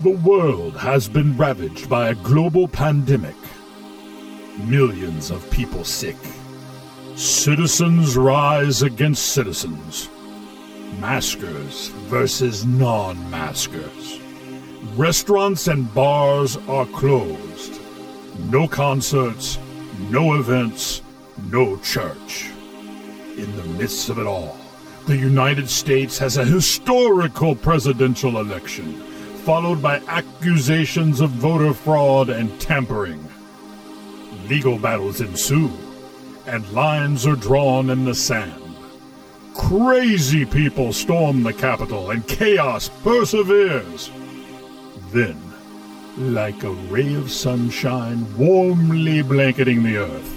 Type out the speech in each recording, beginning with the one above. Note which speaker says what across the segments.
Speaker 1: The world has been ravaged by a global pandemic. Millions of people sick. Citizens rise against citizens. Maskers versus non maskers. Restaurants and bars are closed. No concerts, no events, no church. In the midst of it all, the United States has a historical presidential election followed by accusations of voter fraud and tampering. Legal battles ensue, and lines are drawn in the sand. Crazy people storm the Capitol, and chaos perseveres. Then, like a ray of sunshine warmly blanketing the earth,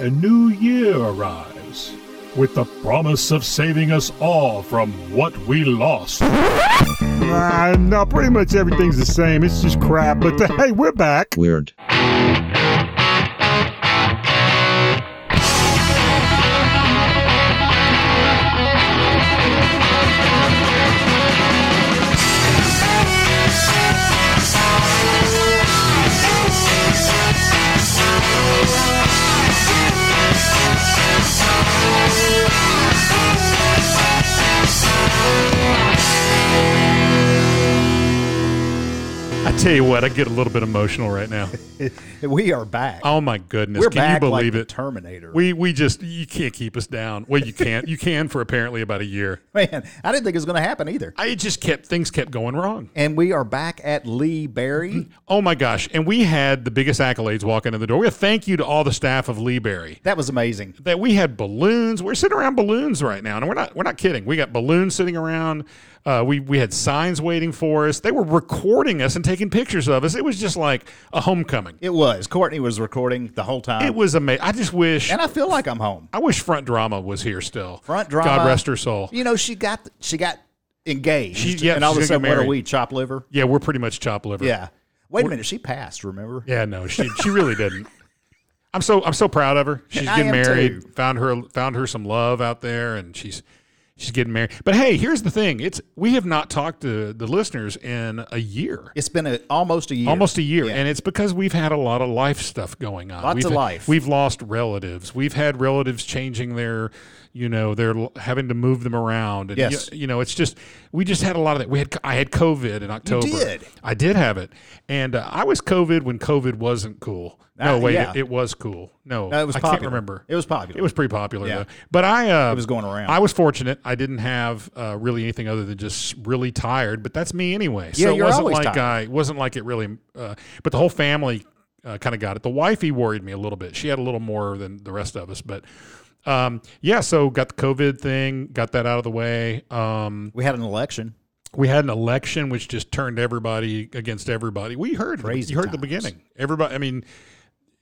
Speaker 1: a new year arrives with the promise of saving us all from what we lost.
Speaker 2: Uh, no, pretty much everything's the same. It's just crap. But hey, we're back.
Speaker 3: Weird.
Speaker 4: I tell you what, I get a little bit emotional right now.
Speaker 5: We are back.
Speaker 4: Oh my goodness,
Speaker 5: We're
Speaker 4: can
Speaker 5: back
Speaker 4: you believe
Speaker 5: like
Speaker 4: it?
Speaker 5: the Terminator.
Speaker 4: We we just you can't keep us down. Well, you can't. You can for apparently about a year.
Speaker 5: Man, I didn't think it was going to happen either.
Speaker 4: I just kept things kept going wrong.
Speaker 5: And we are back at Lee Berry.
Speaker 4: Oh my gosh! And we had the biggest accolades walking in the door. We have thank you to all the staff of Lee Berry.
Speaker 5: That was amazing.
Speaker 4: That we had balloons. We're sitting around balloons right now, and we're not we're not kidding. We got balloons sitting around. Uh, we we had signs waiting for us. They were recording us and taking pictures of us. It was just like a homecoming.
Speaker 5: It was. Courtney was recording the whole time.
Speaker 4: It was amazing. I just wish.
Speaker 5: and I feel like I'm home.
Speaker 4: I wish Front Drama was here still.
Speaker 5: Front drama.
Speaker 4: God rest her soul.
Speaker 5: You know, she got she got engaged.
Speaker 4: She- yeah,
Speaker 5: and all of a
Speaker 4: she's gonna
Speaker 5: sudden,
Speaker 4: get
Speaker 5: what are
Speaker 4: married.
Speaker 5: we? Chop liver?
Speaker 4: Yeah, we're pretty much chop liver.
Speaker 5: Yeah. Wait a minute. She passed, remember?
Speaker 4: Yeah, no, she she really didn't. I'm so I'm so proud of her. She's
Speaker 5: I
Speaker 4: getting
Speaker 5: am
Speaker 4: married.
Speaker 5: too.
Speaker 4: Found her found her some love out there and she's she's getting married. But hey, here's the thing. It's we have not talked to the listeners in a year.
Speaker 5: It's been a, almost a year.
Speaker 4: Almost a year,
Speaker 5: Yeah.
Speaker 4: and it's because we've had a lot of life stuff going on.
Speaker 5: Lots
Speaker 4: we've
Speaker 5: of life.
Speaker 4: We've lost relatives. We've had relatives changing their, you know, they're having to move them around. And
Speaker 5: Yes.
Speaker 4: you, you know, it's just we just had a lot of that. We had I had COVID in October.
Speaker 5: did.
Speaker 4: I did have it, and uh, I was COVID when COVID wasn't cool.
Speaker 5: Ah,
Speaker 4: No, wait,
Speaker 5: yeah.
Speaker 4: it, it was cool. No,
Speaker 5: No, it was
Speaker 4: I
Speaker 5: popular.
Speaker 4: can't remember.
Speaker 5: It was popular.
Speaker 4: It was pretty popular
Speaker 5: Yeah.
Speaker 4: though. But I uh, it
Speaker 5: was going around.
Speaker 4: I was fortunate. I didn't have uh, really anything other than just really tired. But that's me anyway.
Speaker 5: Yeah,
Speaker 4: so it
Speaker 5: you're
Speaker 4: wasn't
Speaker 5: always
Speaker 4: like
Speaker 5: tired.
Speaker 4: I it wasn't like it really. Uh, but the whole family uh, kind of got it. The wifey worried me a little bit. She had a little more than the rest of us. But um, yeah, so got the COVID thing, got that out of the way. Um,
Speaker 5: we had an election.
Speaker 4: we had an election which just turned everybody against everybody. We heard
Speaker 5: Crazy
Speaker 4: you heard the
Speaker 5: times.
Speaker 4: beginning. Everybody, I mean,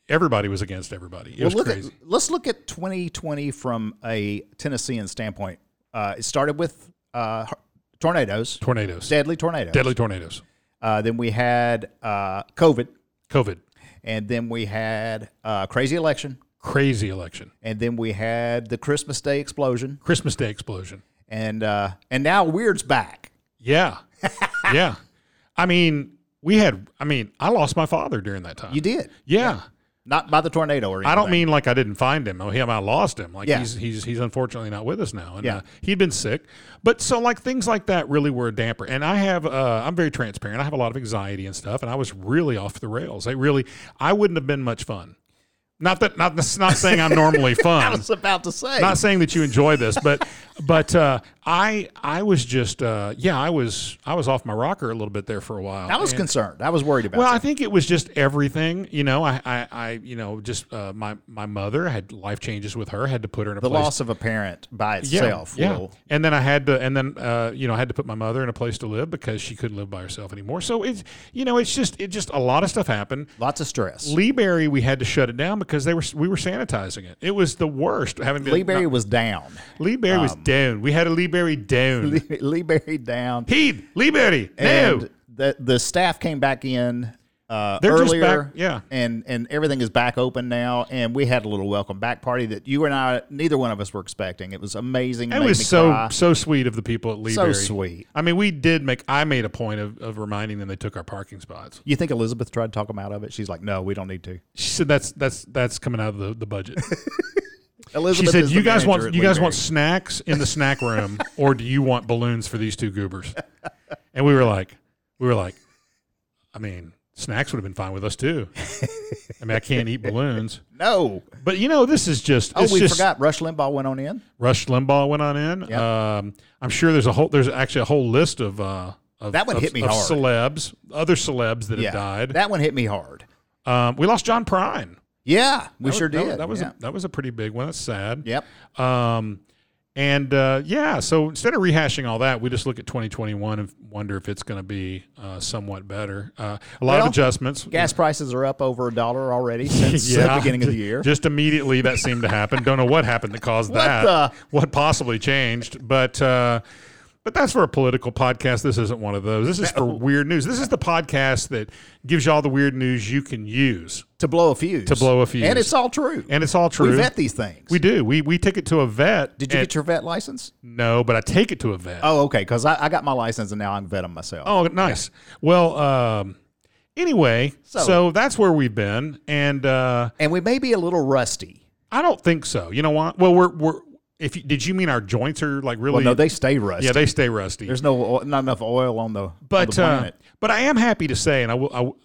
Speaker 4: everybody was against everybody. It was
Speaker 5: look
Speaker 4: crazy.
Speaker 5: At, let's look at 2020 from a Tennessean standpoint. Uh, it started with uh, har- tornadoes,
Speaker 4: tornadoes,
Speaker 5: deadly tornadoes.
Speaker 4: deadly tornadoes,
Speaker 5: Uh, then we had uh, COVID,
Speaker 4: COVID,
Speaker 5: and then we had uh, crazy election,
Speaker 4: crazy election,
Speaker 5: and then we had the Christmas Day explosion,
Speaker 4: Christmas Day explosion.
Speaker 5: and uh, and now Weird's back.
Speaker 4: Yeah, yeah. I mean, we had. I mean, I lost my father during that time.
Speaker 5: You did
Speaker 4: Yeah.
Speaker 5: not by the tornado or anything.
Speaker 4: I don't mean like I didn't find him. Oh, him, I lost him. Like
Speaker 5: Yeah.
Speaker 4: he's he's he's unfortunately not with us now. And
Speaker 5: Yeah.
Speaker 4: uh, he'd been sick, but so like things like that really were a damper. And I have uh, I'm very transparent. I have a lot of anxiety and stuff, and I was really off the rails. I really I wouldn't have been much fun. Not that not that's not saying I'm normally fun.
Speaker 5: I was about to say.
Speaker 4: not saying that you enjoy this, but but uh, I I was just uh, yeah I was I was off my rocker a little bit there for a while.
Speaker 5: I was
Speaker 4: And-
Speaker 5: concerned. I was worried about.
Speaker 4: well,
Speaker 5: it.
Speaker 4: I think it was just everything. You know, I, I, I you know, just uh, my my mother had life changes with her. Had to put her in a
Speaker 5: the
Speaker 4: place.
Speaker 5: loss of a parent by
Speaker 4: yeah,
Speaker 5: itself.
Speaker 4: yeah.
Speaker 5: Will,
Speaker 4: And then I had to, and then uh, you know, I had to put my mother in a place to live because she couldn't live by herself anymore. So it's, you know, it's just, it just a lot of stuff happened.
Speaker 5: lots of stress.
Speaker 4: Lee Berry, we had to shut it down because they were we were sanitizing it. It was the worst. Having been
Speaker 5: Lee Berry
Speaker 4: not-
Speaker 5: was down.
Speaker 4: Lee Berry was down. We had a Lee Berry down.
Speaker 5: Um, Lee, Lee Berry down.
Speaker 4: Heed Lee Berry. No.
Speaker 5: And the the staff came back in uh,
Speaker 4: They're just
Speaker 5: earlier.
Speaker 4: back- yeah.
Speaker 5: and and everything is back open now. And we had a little welcome back party that you and I, neither one of us were expecting. It was amazing.
Speaker 4: It
Speaker 5: made
Speaker 4: was
Speaker 5: me
Speaker 4: so
Speaker 5: cry.
Speaker 4: so sweet of the people at Lee.
Speaker 5: So sweet.
Speaker 4: I mean, we did make. I made a point of, of reminding them they took our parking spots.
Speaker 5: You think Elizabeth tried to talk him out of it? She's like, "No, we don't need to."
Speaker 4: She said that's that's that's coming out of the, the budget. She
Speaker 5: Elizabeth,
Speaker 4: said
Speaker 5: is
Speaker 4: you
Speaker 5: the
Speaker 4: guys
Speaker 5: manager
Speaker 4: want
Speaker 5: at
Speaker 4: you guys
Speaker 5: Lee
Speaker 4: want
Speaker 5: Berry."
Speaker 4: snacks in the snack room, or do you want balloons for these two goobers? And we were like, we were like, I mean, snacks would have been fine with us too. I mean, I can't eat balloons,
Speaker 5: No,
Speaker 4: but you know, this is just.
Speaker 5: oh,
Speaker 4: it's
Speaker 5: we
Speaker 4: just,
Speaker 5: forgot. Rush Limbaugh went on in.
Speaker 4: Rush Limbaugh went on in. Um, I'm sure there's a whole there's actually a whole list of uh, of,
Speaker 5: That one
Speaker 4: of-
Speaker 5: hit me
Speaker 4: of
Speaker 5: hard.
Speaker 4: celebs, other celebs that
Speaker 5: Yeah,
Speaker 4: have died.
Speaker 5: That one hit me hard.
Speaker 4: um, we lost John Prine.
Speaker 5: Yeah,
Speaker 4: That
Speaker 5: we
Speaker 4: was-
Speaker 5: sure
Speaker 4: that
Speaker 5: did.
Speaker 4: was- That was
Speaker 5: yeah.
Speaker 4: a, that was a pretty big one. That's sad.
Speaker 5: yep.
Speaker 4: Um, and uh, yeah, so instead of rehashing all that, we just look at 2021 and wonder if it's going to be uh, somewhat better. Uh, a lot
Speaker 5: Well,
Speaker 4: of adjustments.
Speaker 5: Gas prices are up over a dollar already since the beginning of the year.
Speaker 4: Just immediately that seemed to happen. Don't know what happened that caused
Speaker 5: What
Speaker 4: that.
Speaker 5: the-
Speaker 4: What possibly changed, but uh, but that's for a political podcast. This isn't one of those. This is for weird news. This is the podcast that gives you all the weird news you can use,
Speaker 5: to blow a fuse. To
Speaker 4: blow a fuse.
Speaker 5: And it's all true.
Speaker 4: and it's all true.
Speaker 5: We vet these things.
Speaker 4: We do. We we take it to a vet.
Speaker 5: Did you
Speaker 4: and-
Speaker 5: get your vet license?
Speaker 4: no? But I take it to a vet.
Speaker 5: Oh, okay. Because I, I got my license and now I can vet them myself.
Speaker 4: Oh, nice. Well, um, anyway, so.
Speaker 5: So-
Speaker 4: that's where we've been, and uh,
Speaker 5: And we may be a little rusty.
Speaker 4: I don't think so. You know what? Well, we're we're. If you, did you mean our joints are like really?
Speaker 5: Well, no, they stay rusty.
Speaker 4: yeah, they stay rusty.
Speaker 5: There's no oil, not enough oil on the, on
Speaker 4: but
Speaker 5: the
Speaker 4: uh,
Speaker 5: planet.
Speaker 4: but I am happy to say, and I will. I will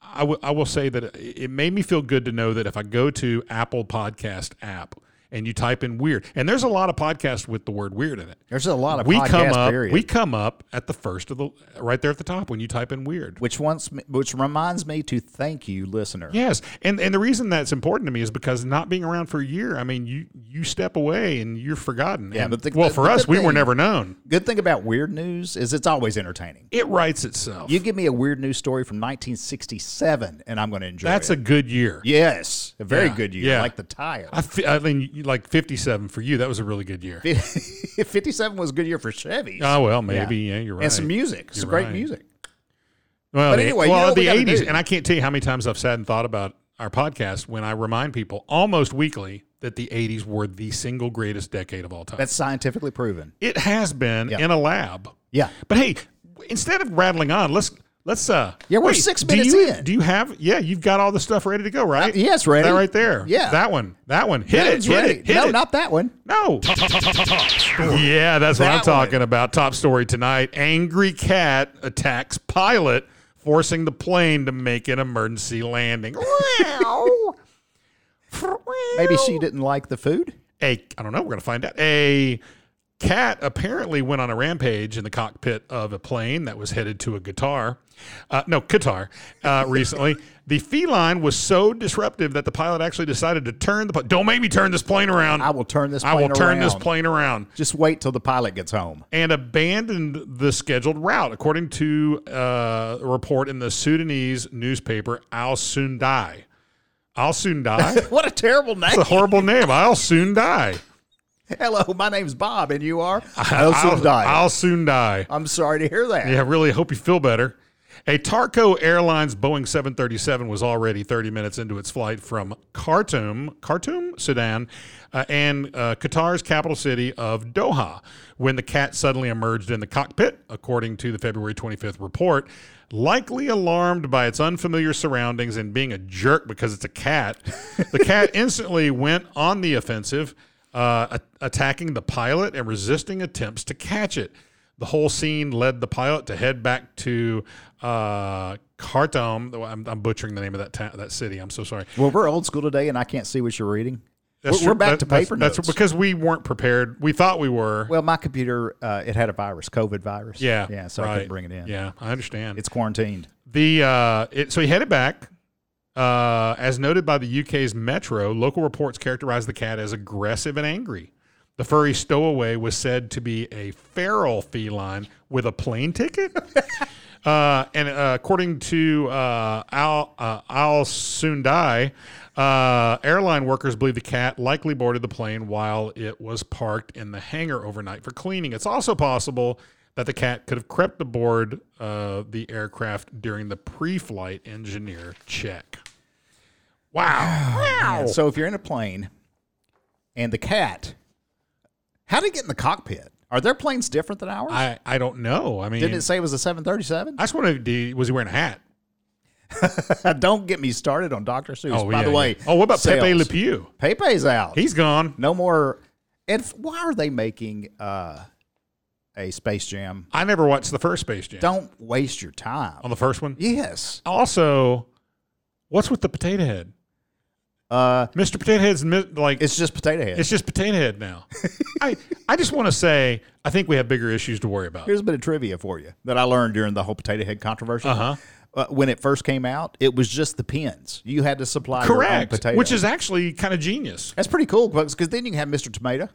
Speaker 4: I will- I will say that it it made me feel good to know that if I go to Apple Podcast app and you type in weird, and there's a lot of podcasts with the word weird in it.
Speaker 5: There's a lot of
Speaker 4: we
Speaker 5: podcast
Speaker 4: come up,
Speaker 5: period.
Speaker 4: we come up at the first of the right there at the top when you type in weird.
Speaker 5: which once me- which reminds me to thank you, listener.
Speaker 4: Yes, and and the reason that's important to me is because not being around for a year, I mean, you you step away and you're forgotten.
Speaker 5: Yeah,
Speaker 4: And-
Speaker 5: but the-
Speaker 4: well,
Speaker 5: the-
Speaker 4: for
Speaker 5: the
Speaker 4: us,
Speaker 5: good
Speaker 4: we were
Speaker 5: thing-
Speaker 4: never known.
Speaker 5: Good thing about weird news is it's always entertaining.
Speaker 4: It writes itself.
Speaker 5: You give me a weird news story from 1967, and I'm going to enjoy
Speaker 4: that's
Speaker 5: it.
Speaker 4: a good year.
Speaker 5: yes, a very
Speaker 4: Yeah,
Speaker 5: good year.
Speaker 4: yeah.
Speaker 5: Like the tire.
Speaker 4: I, fe- I mean, you- like fifty-seven for you. That was a really good year.
Speaker 5: 57 was a good year for Chevys.
Speaker 4: Oh well, maybe yeah, you're right.
Speaker 5: and some music, some
Speaker 4: You're
Speaker 5: great
Speaker 4: right.
Speaker 5: music.
Speaker 4: Well,
Speaker 5: But
Speaker 4: the-
Speaker 5: anyway, you
Speaker 4: well,
Speaker 5: know what we
Speaker 4: the
Speaker 5: gotta
Speaker 4: '80s,
Speaker 5: do.
Speaker 4: and I can't tell you how many times I've sat and thought about our podcast when I remind people almost weekly that the '80s were the single greatest decade of all time.
Speaker 5: That's scientifically proven.
Speaker 4: it has been
Speaker 5: Yeah.
Speaker 4: in a lab.
Speaker 5: Yeah.
Speaker 4: But hey, instead of rattling on, let's let's uh
Speaker 5: Yeah, we're six
Speaker 4: do
Speaker 5: minutes
Speaker 4: you-
Speaker 5: in.
Speaker 4: Do you have yeah, you've got all the stuff ready to go, right?
Speaker 5: Uh, yes, ready.
Speaker 4: That right there.
Speaker 5: Yeah.
Speaker 4: That one. That one. Hit
Speaker 5: That
Speaker 4: it.
Speaker 5: one's
Speaker 4: Hit
Speaker 5: ready.
Speaker 4: it. Hit
Speaker 5: no,
Speaker 4: it.
Speaker 5: not that one.
Speaker 4: no. yeah, that's what I'm
Speaker 5: That
Speaker 4: talking about. Top story tonight. Angry cat attacks pilot, forcing the plane to make an emergency landing.
Speaker 5: Maybe she didn't like the food.
Speaker 4: a I don't know. We're gonna find out. A cat apparently went on a rampage in the cockpit of a plane that was headed to a guitar, uh, no Qatar, uh, recently. The feline was so disruptive that the pilot actually decided to turn the. pl- Don't make me turn this plane around.
Speaker 5: I will turn this.
Speaker 4: I will
Speaker 5: plane
Speaker 4: turn this
Speaker 5: around.
Speaker 4: plane around
Speaker 5: Just wait till the pilot gets home.
Speaker 4: and abandoned the scheduled route, according to uh, a report in the Sudanese newspaper Al Sundai. Al Sundai.
Speaker 5: What a terrible name!
Speaker 4: It's a horrible name. I'll soon die.
Speaker 5: Hello, my name's Bob, and you are. I also
Speaker 4: I'll,
Speaker 5: died.
Speaker 4: I'll soon die.
Speaker 5: I'm sorry to hear that.
Speaker 4: Yeah, really hope you feel better. A Tarco Airlines Boeing 737 was already 30 minutes into its flight from Khartoum, Khartoum, Sudan, uh, and uh, Qatar's capital city of Doha when the cat suddenly emerged in the cockpit, according to the February 25th report. Likely alarmed by its unfamiliar surroundings and being a jerk because it's a cat, the cat instantly went on the offensive, uh, a- attacking the pilot and resisting attempts to catch it. The whole scene led the pilot to head back to uh, Khartoum. Oh, I'm, I'm butchering the name of that ta- that city. I'm so sorry.
Speaker 5: Well, we're old school today, and I can't see what you're reading.
Speaker 4: That's
Speaker 5: we're, we're
Speaker 4: true.
Speaker 5: back
Speaker 4: That-
Speaker 5: to paper
Speaker 4: that's,
Speaker 5: notes.
Speaker 4: That's because we weren't prepared. We thought we were.
Speaker 5: well, my computer uh, it had a virus, COVID virus.
Speaker 4: yeah.
Speaker 5: yeah. So I
Speaker 4: right.
Speaker 5: couldn't bring it in.
Speaker 4: Yeah, I understand.
Speaker 5: It's quarantined.
Speaker 4: The uh, it, so he headed back. Uh, as noted by the UK's Metro, local reports characterized the cat as aggressive and angry. The furry stowaway was said to be a feral feline with a plane ticket. uh, and uh, according to uh, Al uh, Al Sundai, uh, airline workers believe the cat likely boarded the plane while it was parked in the hangar overnight for cleaning. It's also possible that the cat could have crept aboard uh, the aircraft during the pre-flight engineer check. Wow! wow!
Speaker 5: And so if you're in a plane and the cat, how did it get in the cockpit? Are their planes different than ours?
Speaker 4: I I don't know. I mean,
Speaker 5: Didn't it say it was a 737?
Speaker 4: I just want to. Was he wearing a hat?
Speaker 5: Don't get me started on Dr. Seuss. By
Speaker 4: yeah,
Speaker 5: the way,
Speaker 4: yeah. oh, what about Pepe
Speaker 5: sales.
Speaker 4: Le Pew?
Speaker 5: Pepe's out.
Speaker 4: He's gone.
Speaker 5: no more. And f- why are they making uh, a Space Jam?
Speaker 4: I never watched the first Space Jam.
Speaker 5: Don't waste your time.
Speaker 4: on the first one.
Speaker 5: Yes.
Speaker 4: Also, what's with the potato head?
Speaker 5: Uh,
Speaker 4: Mr. Potato Head's mi- like it's,
Speaker 5: it's just potato head.
Speaker 4: just potato head now. I I just want to say I think we have bigger issues to worry about.
Speaker 5: Here's a bit of trivia for you that I learned during the whole potato head controversy.
Speaker 4: Uh-huh.
Speaker 5: Uh, When it first came out, it was just the pins. You had to supply your own
Speaker 4: Correct,
Speaker 5: potato.
Speaker 4: which is actually kind of genius.
Speaker 5: that's pretty cool because then you can have Mr. Tomato.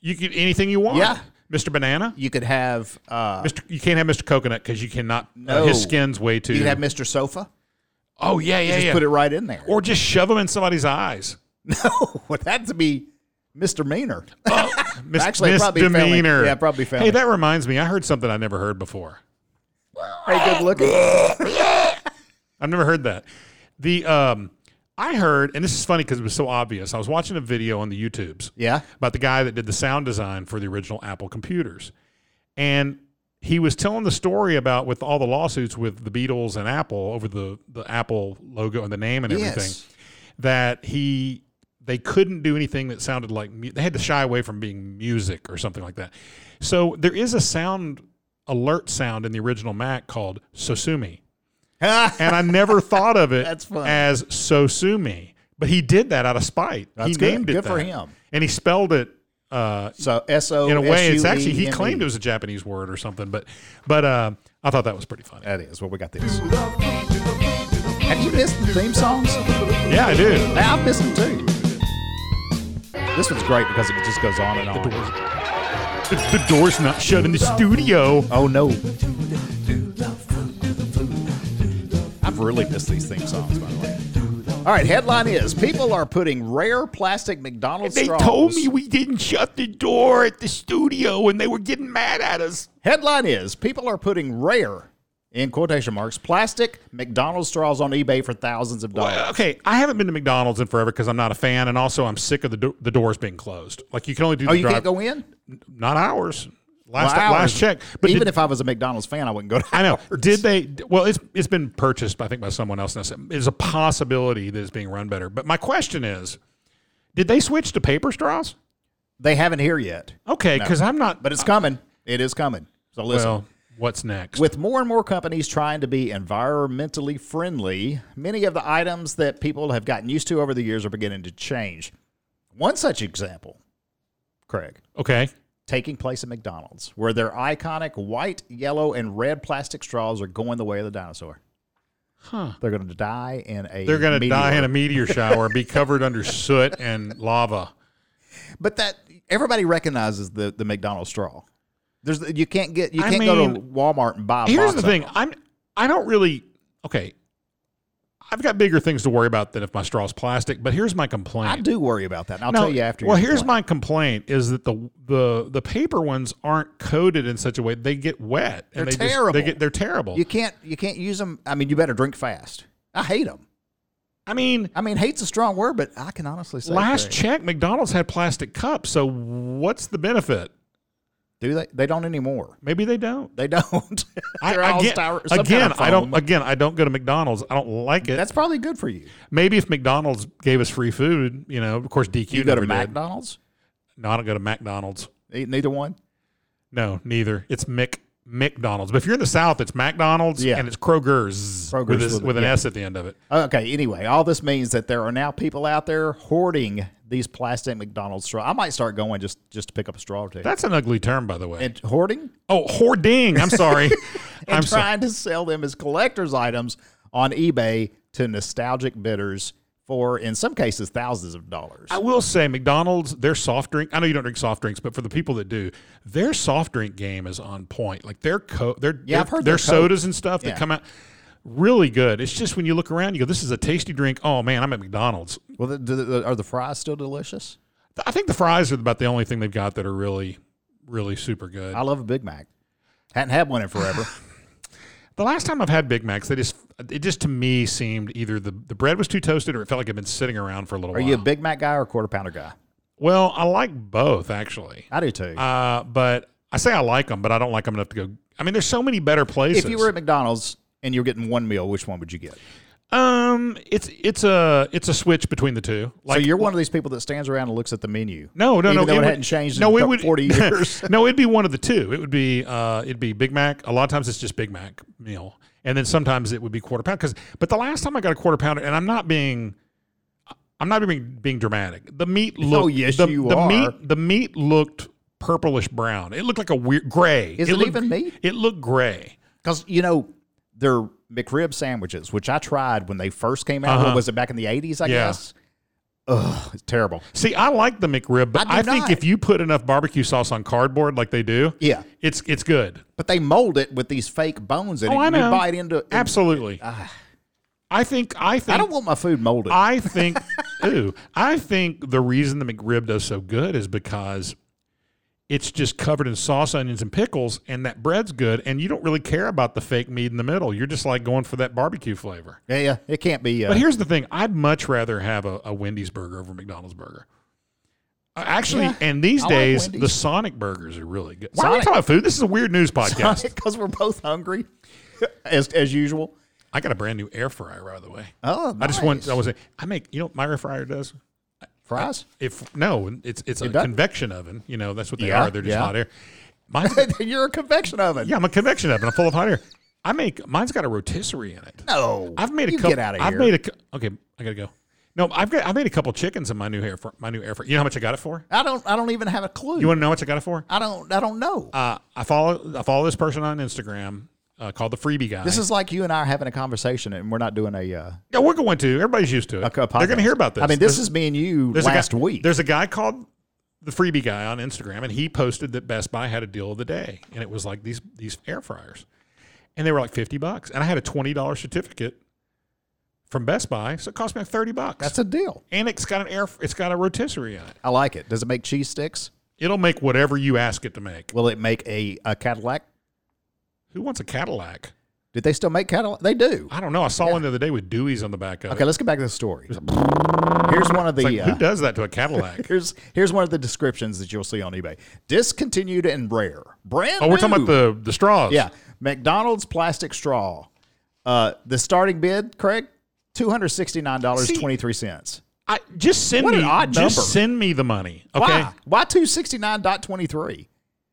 Speaker 4: You could anything you want.
Speaker 5: Yeah.
Speaker 4: Mr. Banana.
Speaker 5: You could have uh,
Speaker 4: Mr. You can't have Mr. Coconut because you cannot.
Speaker 5: No.
Speaker 4: uh, his skin's way too.
Speaker 5: you could have Mr. Sofa.
Speaker 4: oh yeah, yeah,
Speaker 5: Just
Speaker 4: yeah.
Speaker 5: put it right in there.
Speaker 4: or just shove them in somebody's eyes.
Speaker 5: No, that to be Mr. Meaner.
Speaker 4: Mis-
Speaker 5: Actually, it'd probably be family-
Speaker 4: misdemeanor.
Speaker 5: yeah, probably family.
Speaker 4: Hey, that reminds me. I heard something I never heard before.
Speaker 5: hey, good looking.
Speaker 4: I've never heard that. The um, I heard, and this is funny because it was so obvious. I was watching a video on the YouTubes
Speaker 5: Yeah.
Speaker 4: about the guy that did the sound design for the original Apple computers, and he was telling the story about with all the lawsuits with the Beatles and Apple over the the Apple logo and the name and everything.
Speaker 5: Yes.
Speaker 4: That he they couldn't do anything that sounded like mu- they had to shy away from being music or something like that. So there is a sound alert sound in the original Mac called Sosumi and I never thought of it
Speaker 5: That's funny.
Speaker 4: as Sosumi. But he did that out of spite. he
Speaker 5: That's good.
Speaker 4: named it
Speaker 5: Good for
Speaker 4: that.
Speaker 5: him.
Speaker 4: And he spelled it uh,
Speaker 5: so S E O
Speaker 4: in a way. It's actually he claimed it was a Japanese word or something. But but uh, I thought that was pretty funny.
Speaker 5: That is what we got this. Have you missed the theme songs?
Speaker 4: Yeah, I do.
Speaker 5: Now, I've missed them too. This one's great because it just goes on and on.
Speaker 4: The, the door's not shut in the studio.
Speaker 5: Oh no. I've really missed these theme songs, by the way. All right, headline is People are putting rare plastic McDonald's
Speaker 4: They
Speaker 5: straws.
Speaker 4: told me we didn't shut the door at the studio, and they were getting mad at us.
Speaker 5: Headline is People are putting rare, in quotation marks, plastic McDonald's straws on eBay for thousands of dollars.
Speaker 4: Well, okay, I haven't been to McDonald's in forever because I'm not a fan, and also I'm sick of the do- the doors being closed. Like you can only do
Speaker 5: Oh,
Speaker 4: the
Speaker 5: you
Speaker 4: drive.
Speaker 5: can't go in?
Speaker 4: not ours. Last
Speaker 5: Wow.
Speaker 4: last check, but
Speaker 5: even
Speaker 4: did-
Speaker 5: if I was a McDonald's fan, I wouldn't go to
Speaker 4: I know, did they? Well, it's it's been purchased, I think, by someone else. Now, it's a possibility that it's being run better. But my question is, did they switch to paper straws?
Speaker 5: They haven't here yet,
Speaker 4: Okay, because I'm not.
Speaker 5: but it's coming. It is coming. So listen.
Speaker 4: well, what's next?
Speaker 5: With more and more companies trying to be environmentally friendly, many of the items that people have gotten used to over the years are beginning to change. One such example, Craig,
Speaker 4: okay,
Speaker 5: taking place at McDonald's, where their iconic white, yellow, and red plastic straws are going the way of the dinosaur. Huh. They're going to die in a
Speaker 4: they're going to die
Speaker 5: meteor.
Speaker 4: in a meteor shower, be covered under soot and lava.
Speaker 5: But that everybody recognizes the the McDonald's straw. There's you can't get you
Speaker 4: I
Speaker 5: can't go to
Speaker 4: mean,
Speaker 5: Walmart and buy. A
Speaker 4: Here's
Speaker 5: box
Speaker 4: the
Speaker 5: of
Speaker 4: thing.
Speaker 5: them.
Speaker 4: I'm I don't really okay. I've got bigger things to worry about than if my straw's plastic. But here's my complaint.
Speaker 5: I do worry about that. And I'll
Speaker 4: No,
Speaker 5: tell you after.
Speaker 4: Well,
Speaker 5: your
Speaker 4: here's
Speaker 5: complaint.
Speaker 4: my complaint: is that the the the paper ones aren't coated in such a way they get wet.
Speaker 5: They're
Speaker 4: and they just-
Speaker 5: terrible.
Speaker 4: they get they're terrible.
Speaker 5: You can't you can't use them. I mean, you better drink fast. I hate them.
Speaker 4: I mean,
Speaker 5: I mean, hate's a strong word, but I can honestly say
Speaker 4: last
Speaker 5: Craig,
Speaker 4: check, McDonald's had plastic cups. So what's the benefit?
Speaker 5: do they? They don't anymore.
Speaker 4: Maybe they don't.
Speaker 5: They don't.
Speaker 4: I,
Speaker 5: They're all
Speaker 4: again,
Speaker 5: styro- some
Speaker 4: again
Speaker 5: kind of
Speaker 4: I
Speaker 5: foam.
Speaker 4: don't. Again, I don't go to McDonald's. I don't like it.
Speaker 5: That's probably good for you.
Speaker 4: Maybe if McDonald's gave us free food, you know, of course DQ
Speaker 5: You, go to
Speaker 4: never did.
Speaker 5: McDonald's.
Speaker 4: No, I don't go to McDonald's.
Speaker 5: E- Neither one.
Speaker 4: No, neither. It's Mick McDonald's. But if you're in the South, it's McDonald's
Speaker 5: Yeah.
Speaker 4: and it's Kroger's,
Speaker 5: Kroger's
Speaker 4: with, a-
Speaker 5: with a-
Speaker 4: with an
Speaker 5: yeah.
Speaker 4: S at the end of it.
Speaker 5: Okay. Anyway, all this means that there are now people out there hoarding these plastic McDonald's straw. I might start going just just to pick up a straw or two.
Speaker 4: That's an ugly term, by the way.
Speaker 5: and hoarding
Speaker 4: oh, hoarding. I'm sorry.
Speaker 5: and
Speaker 4: I'm sorry.
Speaker 5: trying to sell them as collector's items on eBay to nostalgic bidders for, in some cases, thousands of dollars.
Speaker 4: I will say McDonald's, their soft drink. I know you don't drink soft drinks, but for the people that do, their soft drink game is on point. Like their co- their
Speaker 5: Yeah,
Speaker 4: their,
Speaker 5: I've heard
Speaker 4: their
Speaker 5: their Coke.
Speaker 4: sodas and stuff
Speaker 5: Yeah.
Speaker 4: that come out really good. It's just when you look around, you go, "This is a tasty drink." Oh man, I'm at McDonald's.
Speaker 5: Well, the, do the, are the fries still delicious?
Speaker 4: I think the fries are about the only thing they've got that are really, really super good.
Speaker 5: I love a Big Mac. Hadn't had one in forever.
Speaker 4: The last time I've had Big Macs, they just it just to me seemed either the, the bread was too toasted or it felt like it'd been sitting around for a little
Speaker 5: Are
Speaker 4: while.
Speaker 5: you a Big Mac guy or a quarter pounder guy?
Speaker 4: well, I like both actually,
Speaker 5: I do too.
Speaker 4: uh, but I say I like them, but I don't like them enough to go. I mean, there's so many better places.
Speaker 5: if you were at McDonald's and you were getting one meal, which one would you get?
Speaker 4: um, it's it's a it's a switch between the two. Like
Speaker 5: so you're one of these people that stands around and looks at the menu.
Speaker 4: No, no,
Speaker 5: even
Speaker 4: no.
Speaker 5: Though it,
Speaker 4: would-
Speaker 5: hadn't changed in a couple- 40 years.
Speaker 4: no, it'd be one of the two. It would be uh, it'd be Big Mac. A lot of times it's just Big Mac meal, and then sometimes it would be quarter pound. Because but the last time I got a quarter pounder, and I'm not being, I'm not being being dramatic. The meat looked.
Speaker 5: Oh, yes,
Speaker 4: the,
Speaker 5: you
Speaker 4: the
Speaker 5: are.
Speaker 4: Meat, the meat looked purplish brown. It looked like a weird gray.
Speaker 5: Is it
Speaker 4: looked,
Speaker 5: even meat?
Speaker 4: It looked gray.
Speaker 5: Because you know their McRib sandwiches, which I tried when they first came out. What was it back in the '80s? I
Speaker 4: Uh-huh. Yeah.
Speaker 5: guess. Ugh, it's terrible.
Speaker 4: See, I like the McRib, but
Speaker 5: I
Speaker 4: I,
Speaker 5: do
Speaker 4: think
Speaker 5: not.
Speaker 4: if you put enough barbecue sauce on cardboard like they do,
Speaker 5: Yeah.
Speaker 4: it's it's good.
Speaker 5: But they mold it with these fake bones in
Speaker 4: Oh,
Speaker 5: it.
Speaker 4: I
Speaker 5: You
Speaker 4: know.
Speaker 5: bite into it.
Speaker 4: Absolutely. I think I think
Speaker 5: Ah. I don't want my food molded.
Speaker 4: I think, ooh, I think the reason the McRib does so good is because it's just covered in sauce, onions, and pickles, and that bread's good, and you don't really care about the fake meat in the middle. You're just like going for that barbecue flavor.
Speaker 5: yeah, yeah, it can't be. Uh,
Speaker 4: But here's the thing: I'd much rather have a, a Wendy's burger over a McDonald's burger. Uh, Actually,
Speaker 5: Yeah,
Speaker 4: and these
Speaker 5: I like
Speaker 4: days the
Speaker 5: Wendy's.
Speaker 4: Sonic burgers are really good. Why are we
Speaker 5: Sonic-
Speaker 4: talking about food? This is a weird news podcast.
Speaker 5: because uh, we're both hungry, as as usual.
Speaker 4: I got a brand new air fryer, by the way.
Speaker 5: Oh,
Speaker 4: I just want. I was. I make. You know, what my air fryer does.
Speaker 5: fries.
Speaker 4: If no, it's it's a
Speaker 5: does?
Speaker 4: convection oven. You know that's what they
Speaker 5: Yeah,
Speaker 4: are. They're just
Speaker 5: yeah.
Speaker 4: hot air. Mine's,
Speaker 5: You're a convection oven.
Speaker 4: yeah, I'm a convection oven. I'm full of hot air. I make mine's got a rotisserie in it.
Speaker 5: No,
Speaker 4: I've made a
Speaker 5: you
Speaker 4: couple.
Speaker 5: Get out of here.
Speaker 4: I've made a cou- okay. I gotta go. No, I've got I made a couple chickens in my new hair for my new air fryer. You know how much I got it for?
Speaker 5: I don't. I don't even have a clue.
Speaker 4: You want to know how much I got it for?
Speaker 5: I don't. I don't know.
Speaker 4: Uh, I follow I follow this person on Instagram uh, called the Freebie Guy.
Speaker 5: this is like you and I are having a conversation, and we're not doing a. Uh,
Speaker 4: yeah, we're going to. Everybody's used to it.
Speaker 5: a co-
Speaker 4: They're going
Speaker 5: podcast.
Speaker 4: to hear about this.
Speaker 5: I mean, this is me and you
Speaker 4: There's
Speaker 5: last
Speaker 4: a guy,
Speaker 5: week.
Speaker 4: There's a guy called the freebie guy on Instagram, and he posted that Best Buy had a deal of the day, and it was like these these air fryers, and they were like fifty bucks, and I had a twenty dollar certificate from Best Buy, so it cost me like thirty bucks.
Speaker 5: That's a deal.
Speaker 4: and it's got an air, it's got a rotisserie on it.
Speaker 5: I like it. Does it make cheese sticks?
Speaker 4: It'll make whatever you ask it to make.
Speaker 5: Will it make a, a Cadillac?
Speaker 4: Who wants a Cadillac?
Speaker 5: Did they still make Cadillac? They do.
Speaker 4: I don't know. I saw one the other day with Dewey's on the back of
Speaker 5: Okay,
Speaker 4: it.
Speaker 5: let's get back to the story. Here's one of the.
Speaker 4: It's like,
Speaker 5: uh,
Speaker 4: who does that to a Cadillac?
Speaker 5: Here's here's one of the descriptions that you'll see on eBay. Discontinued and rare. Brand
Speaker 4: oh, we're talking about
Speaker 5: new.
Speaker 4: the the straws.
Speaker 5: Yeah. McDonald's plastic straw. Uh the starting bid, Craig, two hundred sixty nine dollars twenty three cents.
Speaker 4: I, just send
Speaker 5: What
Speaker 4: me
Speaker 5: an odd
Speaker 4: just
Speaker 5: number.
Speaker 4: send me the money. Okay,
Speaker 5: Why? Why two sixty nine dot twenty three?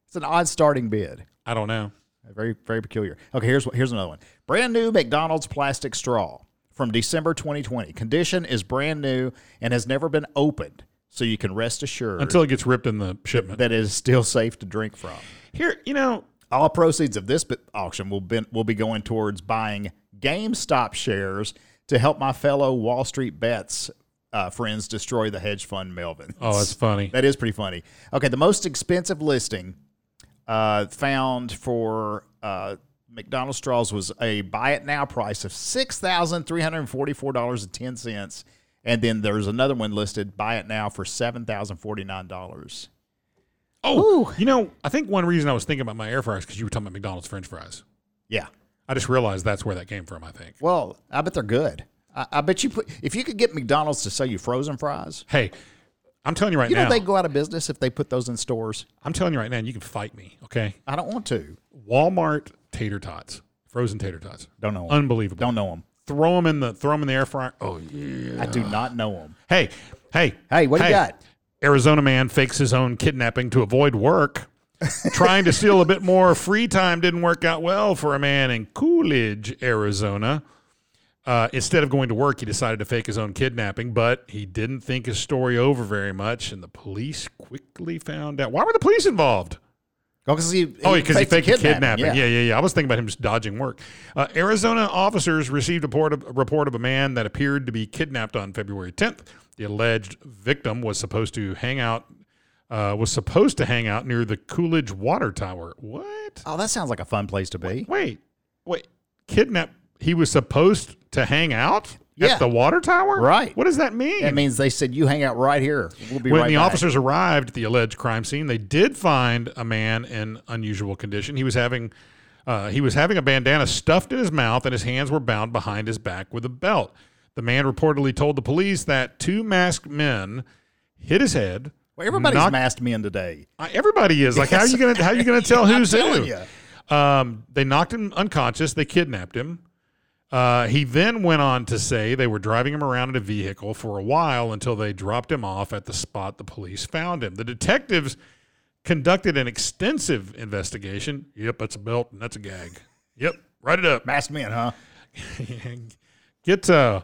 Speaker 5: It's an odd starting bid.
Speaker 4: I don't know.
Speaker 5: Very very peculiar. Okay, here's here's another one. Brand new McDonald's plastic straw from December 2020. Condition is brand new and has never been opened, so you can rest assured
Speaker 4: until it gets ripped in the shipment.
Speaker 5: that it is still safe to drink from.
Speaker 4: Here, you know,
Speaker 5: All proceeds of this bi- auction will be, will be going towards buying GameStop shares to help my fellow Wall Street bets uh, friends destroy the hedge fund Melvin.
Speaker 4: oh, that's funny.
Speaker 5: That is pretty funny. Okay, the most expensive listing uh, found for uh, McDonald's straws was a buy it now price of six thousand three hundred forty four dollars and ten cents, and then there's another one listed buy it now for seven thousand forty nine dollars.
Speaker 4: Oh, you know, I think one reason I was thinking about my air fryers because you were talking about McDonald's French fries.
Speaker 5: Yeah.
Speaker 4: I just realized that's where that came from. I think.
Speaker 5: Well, I bet they're good. I, I bet you put if you could get McDonald's to sell you frozen fries.
Speaker 4: Hey, I'm telling you right
Speaker 5: You know
Speaker 4: now.
Speaker 5: they go out of business if they put those in stores.
Speaker 4: I'm telling you right now. You can fight me, okay?
Speaker 5: I don't want to.
Speaker 4: Walmart tater tots, frozen tater tots.
Speaker 5: Don't know. 'em.
Speaker 4: Unbelievable.
Speaker 5: Don't know them.
Speaker 4: Throw them in the throw them in the air fryer. Oh,
Speaker 5: I do not know them.
Speaker 4: hey, hey,
Speaker 5: Hey, what do you got?
Speaker 4: Arizona man fakes his own kidnapping to avoid work. Trying to steal a bit more free time didn't work out well for a man in Coolidge, Arizona. Uh, instead of going to work, he decided to fake his own kidnapping, but he didn't think his story over very much, and the police quickly found out. Why were the police involved?
Speaker 5: Oh, because he,
Speaker 4: Oh, because he
Speaker 5: faked a
Speaker 4: faked a kidnapping. Yeah. yeah, yeah, I was thinking about him just dodging work. Uh, Arizona officers received a report, of, a report of a man that appeared to be kidnapped on February 10th. The alleged victim was supposed to hang out uh, was supposed to hang out near the Coolidge Water Tower. What?
Speaker 5: Oh, that sounds like a fun place to be.
Speaker 4: Wait, wait. Kidnap? He was supposed to hang out
Speaker 5: Yeah.
Speaker 4: at the water tower.
Speaker 5: Right.
Speaker 4: What does that mean?
Speaker 5: That means they said you hang out right here. We'll be
Speaker 4: when
Speaker 5: right
Speaker 4: the
Speaker 5: back."
Speaker 4: officers arrived at the alleged crime scene, they did find a man in unusual condition. He was having Uh, he was having a bandana stuffed in his mouth and his hands were bound behind his back with a belt. The man reportedly told the police that two masked men hit his head.
Speaker 5: Well, everybody's
Speaker 4: knocked-
Speaker 5: masked men today.
Speaker 4: I- Everybody is like, how are you gonna how you gonna tell
Speaker 5: I'm
Speaker 4: who's
Speaker 5: telling
Speaker 4: who? Um, they knocked him unconscious. They kidnapped him. Uh, he then went on to say they were driving him around in a vehicle for a while until they dropped him off at the spot the police found him. The detectives conducted an extensive investigation. Yep, that's a belt and that's a gag. Yep, write it up.
Speaker 5: Masked men, huh?
Speaker 4: Get uh,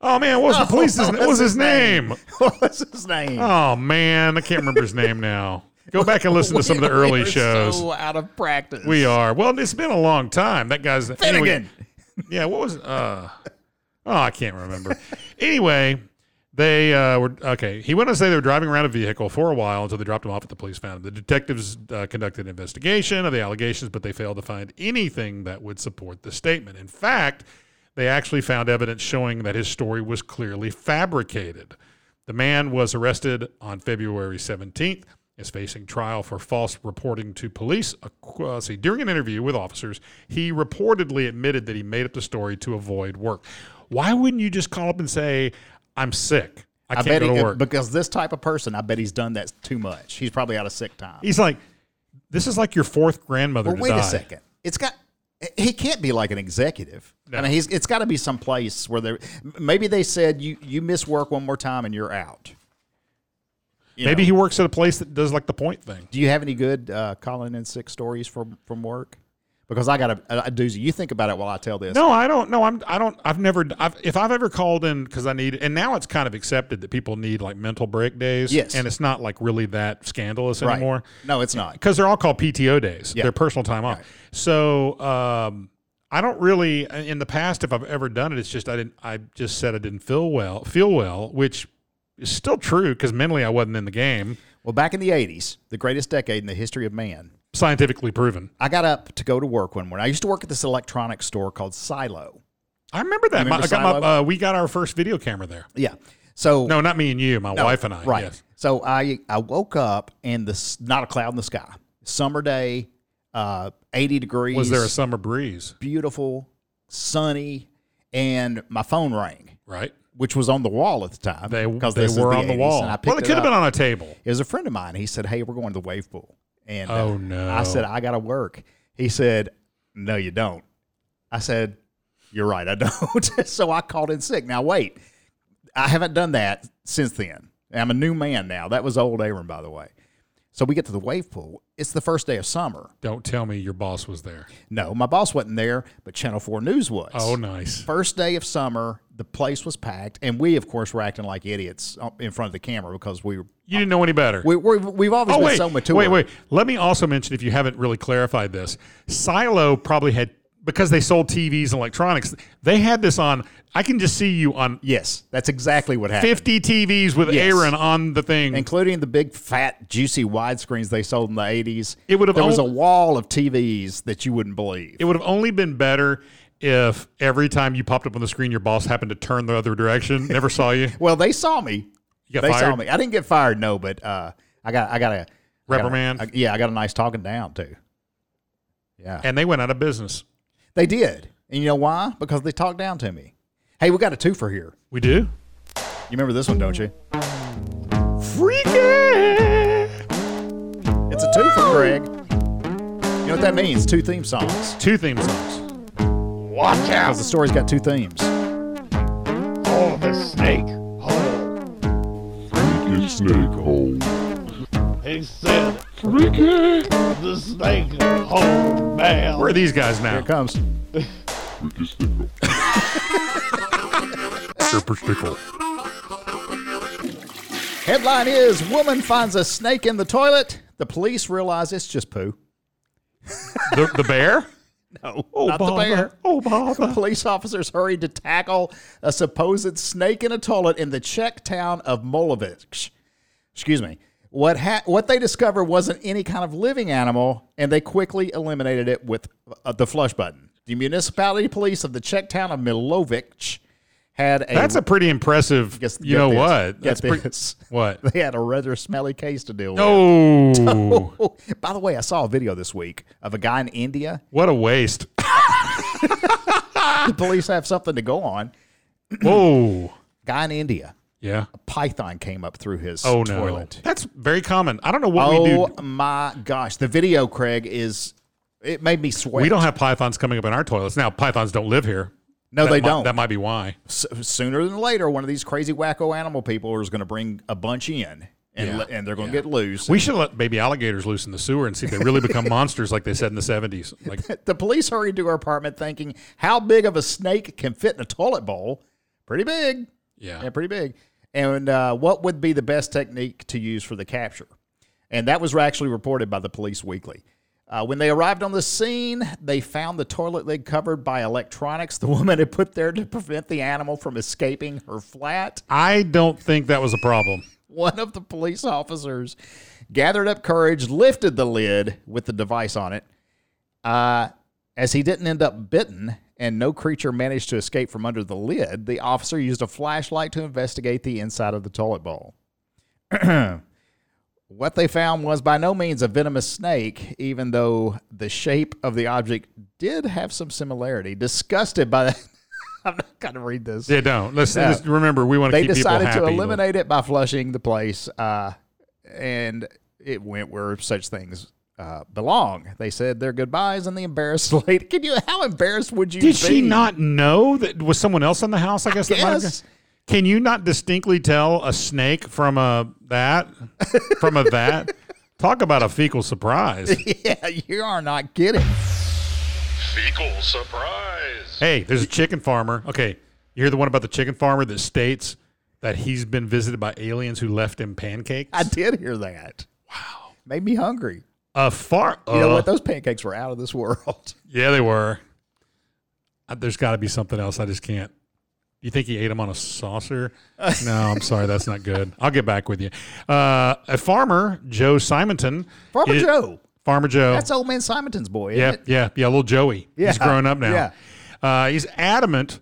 Speaker 4: oh man, what was the
Speaker 5: Oh,
Speaker 4: police's what was
Speaker 5: what's
Speaker 4: his name?
Speaker 5: What's his name?
Speaker 4: Oh man, I can't remember his name now. Go back and listen to some of the
Speaker 5: We
Speaker 4: early
Speaker 5: are
Speaker 4: shows.
Speaker 5: So out of practice.
Speaker 4: We are. Well, it's been a long time. That guy's anyway-
Speaker 5: Finnegan.
Speaker 4: yeah, what was uh Oh, I can't remember. anyway, they uh, were okay. He went on to say they were driving around a vehicle for a while until they dropped him off at the police found him. The detectives uh, conducted an investigation of the allegations, but they failed to find anything that would support the statement. In fact, they actually found evidence showing that his story was clearly fabricated. The man was arrested on February 17th, is facing trial for false reporting to police. Ac- uh, see, during an interview with officers, he reportedly admitted that he made up the story to avoid work. Why wouldn't you just call up and say, I'm sick? I
Speaker 5: I
Speaker 4: can't
Speaker 5: bet
Speaker 4: go to
Speaker 5: he,
Speaker 4: work.
Speaker 5: because this type of person, I bet he's done that too much. He's probably out of sick time.
Speaker 4: He's like, this is like your fourth grandmother
Speaker 5: But
Speaker 4: to
Speaker 5: wait
Speaker 4: die.
Speaker 5: a second. It's got. He can't be like an executive. I mean, he's. It's got to be some place where they. Maybe they said you you miss work one more time and you're out. You
Speaker 4: Maybe
Speaker 5: know.
Speaker 4: he works at a place that does like the point thing.
Speaker 5: Do you have any good uh, calling in sick stories from from work? Because I got a, a doozy. You think about it while I tell this.
Speaker 4: No, I don't. No, I'm. I don't. I've never. I've, if I've ever called in because I need, and now it's kind of accepted that people need like mental break days.
Speaker 5: Yes.
Speaker 4: and it's not like really that scandalous
Speaker 5: right.
Speaker 4: anymore.
Speaker 5: No, it's not.
Speaker 4: because they're all called PTO days.
Speaker 5: Yeah.
Speaker 4: They're personal time off. So um, I don't really in the past if I've ever done it, it's just I didn't. I just said I didn't feel well. Feel well, which is still true because mentally I wasn't in the game.
Speaker 5: Well, back in the '80s, the greatest decade in the history of man,
Speaker 4: Scientifically proven.
Speaker 5: I got up to go to work one morning. I used to work at this electronics store called Silo.
Speaker 4: I remember that.
Speaker 5: Remember
Speaker 4: My- I got my,
Speaker 5: Silo?
Speaker 4: uh, we got our first video camera there.
Speaker 5: Yeah. So
Speaker 4: No, not me and you. My wife and I.
Speaker 5: Right.
Speaker 4: Yes.
Speaker 5: So I I woke up and the s- not a cloud in the sky. Summer day, uh, eighty degrees.
Speaker 4: Was there a summer breeze?
Speaker 5: beautiful, sunny, and my phone rang,
Speaker 4: Right.
Speaker 5: which was on the wall at the time.
Speaker 4: They
Speaker 5: because
Speaker 4: they
Speaker 5: this is
Speaker 4: were on the
Speaker 5: 80s,
Speaker 4: wall.
Speaker 5: And I
Speaker 4: well,
Speaker 5: picked
Speaker 4: it
Speaker 5: it
Speaker 4: could have been
Speaker 5: up.
Speaker 4: on a table.
Speaker 5: It was a friend of mine. He said, "Hey, we're going to the wave pool." And uh,
Speaker 4: Oh, no.
Speaker 5: I said, "I got to work." He said, "No, you don't." I said, "You're right, I don't." so I called in sick. Now wait, I haven't done that since then. I'm a new man now. That was old Aaron, by the way. So we get to the wave pool. It's the first day of summer.
Speaker 4: Don't tell me your boss was there.
Speaker 5: No, my boss wasn't there, but Channel Four News was.
Speaker 4: Oh, nice.
Speaker 5: First day of summer, the place was packed, and we, of course, were acting like idiots uh, in front of the camera because we were
Speaker 4: You didn't know any better.
Speaker 5: we, we, we've always
Speaker 4: Oh
Speaker 5: been
Speaker 4: wait,
Speaker 5: so mature.
Speaker 4: wait, wait. Let me also mention if you haven't really clarified this, Silo probably had because they sold TVs and electronics. They had this on. I can just see you on
Speaker 5: Yes, that's exactly what happened.
Speaker 4: fifty TVs with
Speaker 5: Yes.
Speaker 4: Aaron on the thing.
Speaker 5: Including the big, fat, juicy widescreens they sold in the 80s.
Speaker 4: It would have
Speaker 5: There was a
Speaker 4: al-
Speaker 5: wall of TVs that you wouldn't believe.
Speaker 4: it would have only been better if every time you popped up on the screen, your boss happened to turn the other direction, never saw you.
Speaker 5: well, they saw me.
Speaker 4: You got
Speaker 5: they
Speaker 4: fired.
Speaker 5: saw me. I didn't get fired, no, but uh, I got I got a I got a-
Speaker 4: Reprimand?
Speaker 5: I- yeah, I got a nice talking down too. Yeah,
Speaker 4: And they went out of business.
Speaker 5: they did, and you know why? Because they talked down to me. Hey, we got a twofer here.
Speaker 4: We do.
Speaker 5: You remember this one, don't you?
Speaker 4: Freaky.
Speaker 5: It's a twofer, Greg. You know what that means? Two theme songs.
Speaker 4: Two theme songs.
Speaker 3: Watch
Speaker 5: Because
Speaker 3: out!
Speaker 5: the story's got two themes.
Speaker 3: Oh, the snake hole.
Speaker 6: Freaky snake hole.
Speaker 3: He said, Freaky! The snake hole man.
Speaker 4: Where are these guys
Speaker 5: Here
Speaker 4: now?
Speaker 5: it comes.
Speaker 6: Freaky snake hole.
Speaker 4: Super stickle.
Speaker 5: Headline is Woman finds a snake in the toilet. The police realize it's just poo.
Speaker 4: The, the bear.
Speaker 5: No,
Speaker 4: Oh,
Speaker 5: not
Speaker 4: bother.
Speaker 5: the bear.
Speaker 4: Oh, bother.
Speaker 5: Police officers hurried to tackle a supposed snake in a toilet in the Czech town of Molovich. Excuse me. What ha- what they discovered wasn't any kind of living animal, and they quickly eliminated it with uh, the flush button. The municipality police of the Czech town of Milovic had a.
Speaker 4: That's a pretty impressive.
Speaker 5: Guess-
Speaker 4: you
Speaker 5: get
Speaker 4: know
Speaker 5: this.
Speaker 4: what?
Speaker 5: Get
Speaker 4: That's pretty.
Speaker 5: this.
Speaker 4: What?
Speaker 5: they had a rather smelly case to deal with.
Speaker 4: No.
Speaker 5: Oh, by the way, I saw a video this week of a guy in India.
Speaker 4: what a waste.
Speaker 5: The police have something to go on.
Speaker 4: Whoa.
Speaker 5: Guy in India,
Speaker 4: Yeah.
Speaker 5: python came up through his
Speaker 4: Oh no.
Speaker 5: toilet.
Speaker 4: That's very common. I don't know what we
Speaker 5: Oh
Speaker 4: do.
Speaker 5: my gosh! The video, Craig, is it made me sweat.
Speaker 4: We don't have pythons coming up in our toilets now. Pythons don't live here.
Speaker 5: No,
Speaker 4: That
Speaker 5: they
Speaker 4: might-
Speaker 5: don't.
Speaker 4: That might be why.
Speaker 5: S- sooner than later, one of these crazy wacko animal people is going to bring a bunch in, and
Speaker 4: Yeah.
Speaker 5: le- and they're going to get loose.
Speaker 4: We should let baby alligators loose in the sewer and see if they really become monsters like they said in the seventies. Like
Speaker 5: the police hurried to her apartment, thinking how big of a snake can fit in a toilet bowl. Pretty big. Yeah,
Speaker 4: yeah.
Speaker 5: pretty big. And uh, what would be the best technique to use for the capture? And that was actually reported by the Police Weekly. Uh, when they arrived on the scene, they found the toilet lid covered by electronics the woman had put there to prevent the animal from escaping her flat.
Speaker 4: I don't think that was a problem.
Speaker 5: One of the police officers gathered up courage, lifted the lid with the device on it. Uh, as he didn't end up bitten and no creature managed to escape from under the lid, the officer used a flashlight to investigate the inside of the toilet bowl. what they found was by no means a venomous snake, even though the shape of the object did have some similarity. Disgusted by the. I'm not going to read this
Speaker 4: Yeah, don't. Let's
Speaker 5: No.
Speaker 4: just remember we want to
Speaker 5: they
Speaker 4: keep people happy.
Speaker 5: decided to eliminate it by flushing the place, uh, and it went where such things uh, belong. They said their goodbyes and the embarrassed lady. Can you? How embarrassed would you?
Speaker 4: Did
Speaker 5: be?
Speaker 4: she not know that was someone else in the house? I guess. That might have-
Speaker 5: Yes.
Speaker 4: Can you not distinctly tell a snake from a that from a that? Talk about a fecal surprise.
Speaker 5: Yeah, you are not kidding.
Speaker 1: Fecal surprise.
Speaker 4: Hey, there's a chicken farmer. Okay, you hear the one about the chicken farmer that states that he's been visited by aliens who left him pancakes.
Speaker 5: I did hear that. Wow, made me hungry.
Speaker 4: a far.
Speaker 5: You know
Speaker 4: uh,
Speaker 5: what? Those pancakes were out of this world.
Speaker 4: Yeah, they were. Uh, There's got to be something else. I just can't. You think he ate them on a saucer? No, I'm sorry. That's not good. I'll get back with you. Uh, a farmer, Joe Simonton.
Speaker 5: Farmer
Speaker 4: is-
Speaker 5: Joe.
Speaker 4: Farmer Joe.
Speaker 5: That's old man Simonton's boy. Isn't
Speaker 4: yeah,
Speaker 5: it?
Speaker 4: yeah, yeah. Little Joey. He's
Speaker 5: Yeah,
Speaker 4: grown up now.
Speaker 5: yeah.
Speaker 4: Uh, he's adamant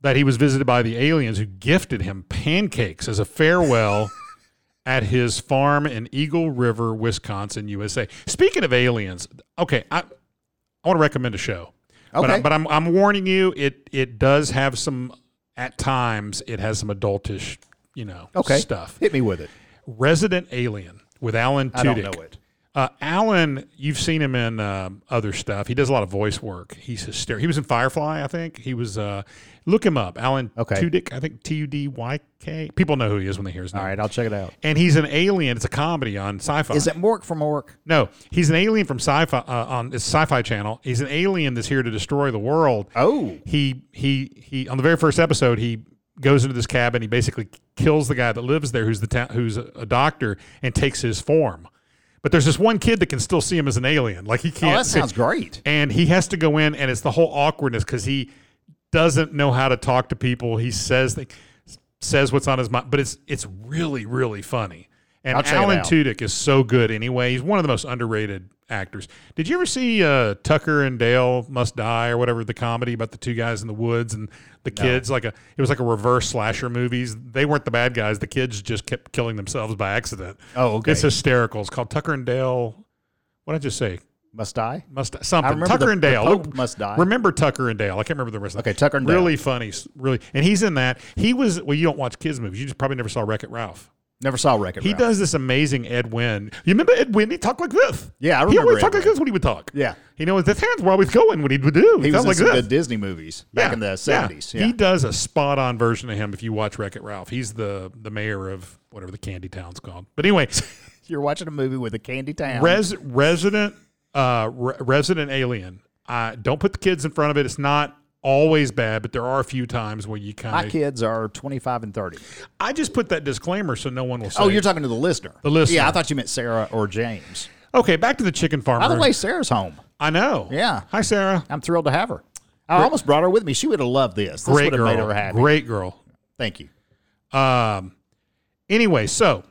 Speaker 4: that he was visited by the aliens who gifted him pancakes as a farewell at his farm in Eagle River, Wisconsin, USA. Speaking of aliens, okay, I, I want to recommend a show. But, I,
Speaker 5: Okay.
Speaker 4: but I'm, I'm warning you, it it does have some, at times, it has some adultish, you know,
Speaker 5: Okay.
Speaker 4: stuff.
Speaker 5: Hit me with it.
Speaker 4: Resident Alien with Alan Tudyk.
Speaker 5: I don't know it.
Speaker 4: Uh, Alan, you've seen him in um, other stuff. He does a lot of voice work. He's hysterical. He was in Firefly, I think. He was. Uh, look him up, Alan
Speaker 5: Okay.
Speaker 4: Tudyk. I think T U D Y K. People know who he is when they hear his name.
Speaker 5: All right, I'll check it out.
Speaker 4: And he's an alien. It's a comedy on Sci-Fi.
Speaker 5: Is it Mork from Mork?
Speaker 4: No, he's an alien from Sci-Fi uh, on it's Sci-Fi Channel. He's an alien that's here to destroy the world.
Speaker 5: Oh.
Speaker 4: he he he. On the very first episode, he goes into this cabin. He basically kills the guy that lives there, who's the ta- who's a, a doctor, and takes his form. But there's this one kid that can still see him as an alien. Like he
Speaker 5: Oh,
Speaker 4: can't.
Speaker 5: that sounds great.
Speaker 4: And he has to go in, and it's the whole awkwardness because he doesn't know how to talk to people. He says things says what's on his mind, but it's it's really really funny. And
Speaker 5: I'll check it
Speaker 4: Alan
Speaker 5: out.
Speaker 4: Tudyk is so good anyway. He's one of the most underrated actors. Did you ever see uh, Tucker and Dale Must Die or whatever the comedy about the two guys in the woods and the kids? Like a it was like a reverse slasher movies. They weren't the bad guys. The kids just kept killing themselves by accident.
Speaker 5: Oh, okay.
Speaker 4: It's hysterical. It's called Tucker and Dale. What did I just say?
Speaker 5: Must die.
Speaker 4: Must something.
Speaker 5: remember
Speaker 4: Tucker
Speaker 5: the-
Speaker 4: and
Speaker 5: the
Speaker 4: Dale.
Speaker 5: Pope
Speaker 4: Look,
Speaker 5: Must Die.
Speaker 4: Remember Tucker and Dale. I can't remember the rest of that.
Speaker 5: Okay, Tucker and Dale.
Speaker 4: Really funny. s- Really. And he's in that. He was, well, you don't watch kids' movies. You just probably never saw Wreck It Ralph.
Speaker 5: Never saw Wreck-It
Speaker 4: He
Speaker 5: Ralph.
Speaker 4: does this amazing Ed Wynn. You remember Ed Wynn? He talked like this.
Speaker 5: Yeah, I
Speaker 4: He
Speaker 5: remember
Speaker 4: always
Speaker 5: Ed
Speaker 4: talked like
Speaker 5: Wynn.
Speaker 4: this when he would talk.
Speaker 5: Yeah.
Speaker 4: You know, his hands were always going when he would do. He,
Speaker 5: He
Speaker 4: sounds
Speaker 5: was in
Speaker 4: like
Speaker 5: some
Speaker 4: this.
Speaker 5: good Disney movies back in the seventies. Yeah.
Speaker 4: He does a spot on version of him if you watch Wreck It Ralph. He's the, the mayor of whatever the candy town's called. But anyway,
Speaker 5: You're watching a movie with a candy town.
Speaker 4: Res, resident uh, re- resident alien. Uh, don't put the kids in front of it. It's not always bad, but there are a few times where you
Speaker 5: My
Speaker 4: kind of.
Speaker 5: kids are 25 and 30.
Speaker 4: I just put that disclaimer so no one will say.
Speaker 5: Oh, you're talking to the listener.
Speaker 4: The listener.
Speaker 5: Yeah, I thought you meant Sarah or James.
Speaker 4: okay. Back to the chicken farmer.
Speaker 5: By the way, Sarah's home.
Speaker 4: I know.
Speaker 5: Yeah.
Speaker 4: Hi, Sarah.
Speaker 5: I'm thrilled to have her. I almost brought her with me. She would have loved this. This
Speaker 4: Great
Speaker 5: would have
Speaker 4: girl.
Speaker 5: made her happy.
Speaker 4: Great girl.
Speaker 5: Thank you.
Speaker 4: Um, anyway, so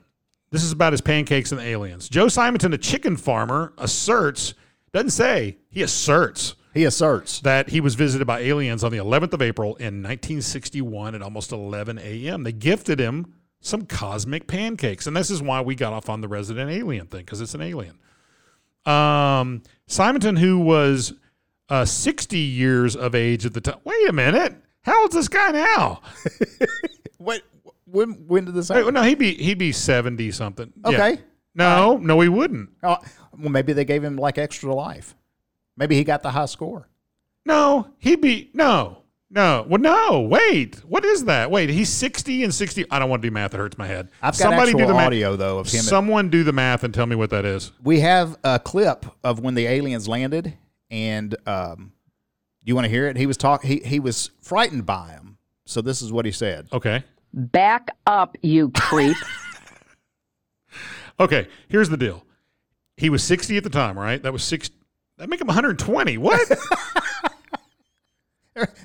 Speaker 4: this is about his pancakes and the aliens. Joe Simonton, a chicken farmer, asserts, doesn't say, he asserts
Speaker 5: He asserts.
Speaker 4: that he was visited by aliens on the 11th of April in 1961 at almost 11 a.m. They gifted him some cosmic pancakes, and this is why we got off on the resident alien thing because it's an alien. Um, Simonton, who was uh, 60 years of age at the time. Wait a minute, how old's this guy now?
Speaker 5: What? When? When did this
Speaker 4: Wait,
Speaker 5: happen?
Speaker 4: no, he'd be he'd be 70 something. Yeah.
Speaker 5: Okay.
Speaker 4: No, no, he wouldn't.
Speaker 5: Oh, well, maybe they gave him like extra life. Maybe he got the high score.
Speaker 4: No, he'd be no, no. Well, no. Wait, what is that? Wait, he's sixty and sixty. I don't want to do math. It hurts my head.
Speaker 5: I've got
Speaker 4: Somebody
Speaker 5: actual
Speaker 4: do the math.
Speaker 5: audio though of him.
Speaker 4: Someone do the math and tell me what that is.
Speaker 5: we have a clip of when the aliens landed, and um, you want to hear it? He was talk. He he was frightened by him. So this is what he said.
Speaker 4: Okay.
Speaker 7: Back up, you creep.
Speaker 4: Okay. Here's the deal. He was sixty at the time, right? That was six. That make him one hundred twenty. What?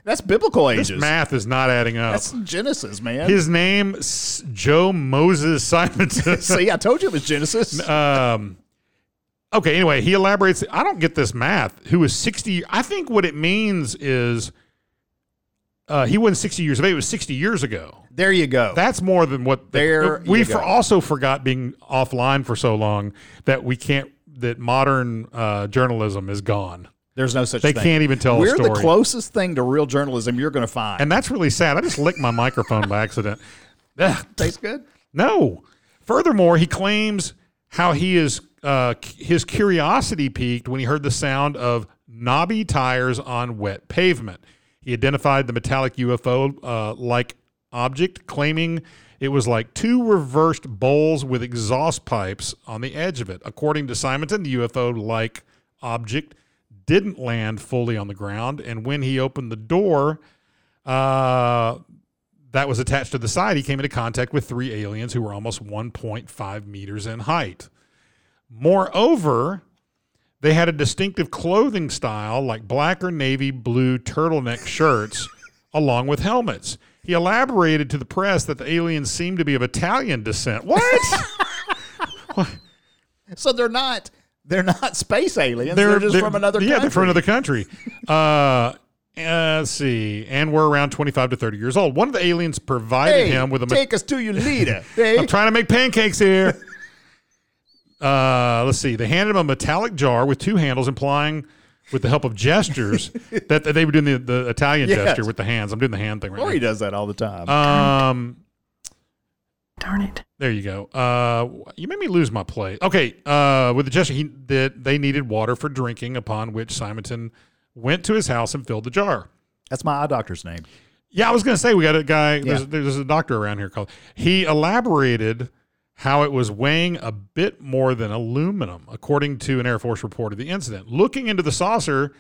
Speaker 5: That's biblical
Speaker 4: this
Speaker 5: ages.
Speaker 4: math is not adding up.
Speaker 5: That's Genesis, man.
Speaker 4: His name, S- Joe Moses Simonson.
Speaker 5: See, I told you it was Genesis.
Speaker 4: um, okay. Anyway, he elaborates. I don't get this math. Who is sixty? I think what it means is uh, he wasn't sixty years of age. It was sixty years ago.
Speaker 5: There you go.
Speaker 4: That's more than what the-
Speaker 5: There
Speaker 4: we
Speaker 5: you
Speaker 4: for,
Speaker 5: go.
Speaker 4: also forgot being offline for so long that we can't. That modern uh, journalism is gone,
Speaker 5: There's no such
Speaker 4: They
Speaker 5: thing.
Speaker 4: can't even tell a
Speaker 5: We're the
Speaker 4: story.
Speaker 5: closest thing to real journalism you're going to find.
Speaker 4: and that's really sad. I just licked my microphone by accident. Ugh.
Speaker 5: tastes good.
Speaker 4: No. Furthermore, he claims how he is uh, c- his curiosity peaked when he heard the sound of knobby tires on wet pavement. He identified the metallic UFO uh, like object, claiming it was like two reversed bowls with exhaust pipes on the edge of it. According to Simonton, the UFO like object didn't land fully on the ground, and when he opened the door, uh, that was attached to the side, he came into contact with three aliens who were almost 1.5 meters in height. Moreover, they had a distinctive clothing style like black or navy blue turtleneck shirts along with helmets. He elaborated to the press that the aliens seemed to be of Italian descent. What?
Speaker 5: So they're not they're not space aliens. They're, just from another
Speaker 4: yeah, they're from
Speaker 5: country.
Speaker 4: another country. uh, uh, let's see, and we're around 25 to 30 years old. One of the aliens provided
Speaker 5: Hey,
Speaker 4: him with a
Speaker 5: take us to your leader. Hey.
Speaker 4: I'm trying to make pancakes here. Uh, let's see. They handed him a metallic jar with two handles, implying, with the help of gestures, that, that they were doing the, the Italian
Speaker 5: Yes.
Speaker 4: gesture with the hands. I'm doing the hand thing right
Speaker 5: Lori does that all the time.
Speaker 4: now. Um,
Speaker 8: Darn it.
Speaker 4: there you go. Uh, you made me lose my play. Okay. Uh, with the gesture, he, that they needed water for drinking, upon which Simonton went to his house and filled the jar.
Speaker 5: That's my eye doctor's name.
Speaker 4: Yeah, I was going to say we got a guy.
Speaker 5: Yeah.
Speaker 4: There's, there's a doctor around here called. He elaborated how it was weighing a bit more than aluminum, according to an Air Force report of the incident. Looking into the saucer,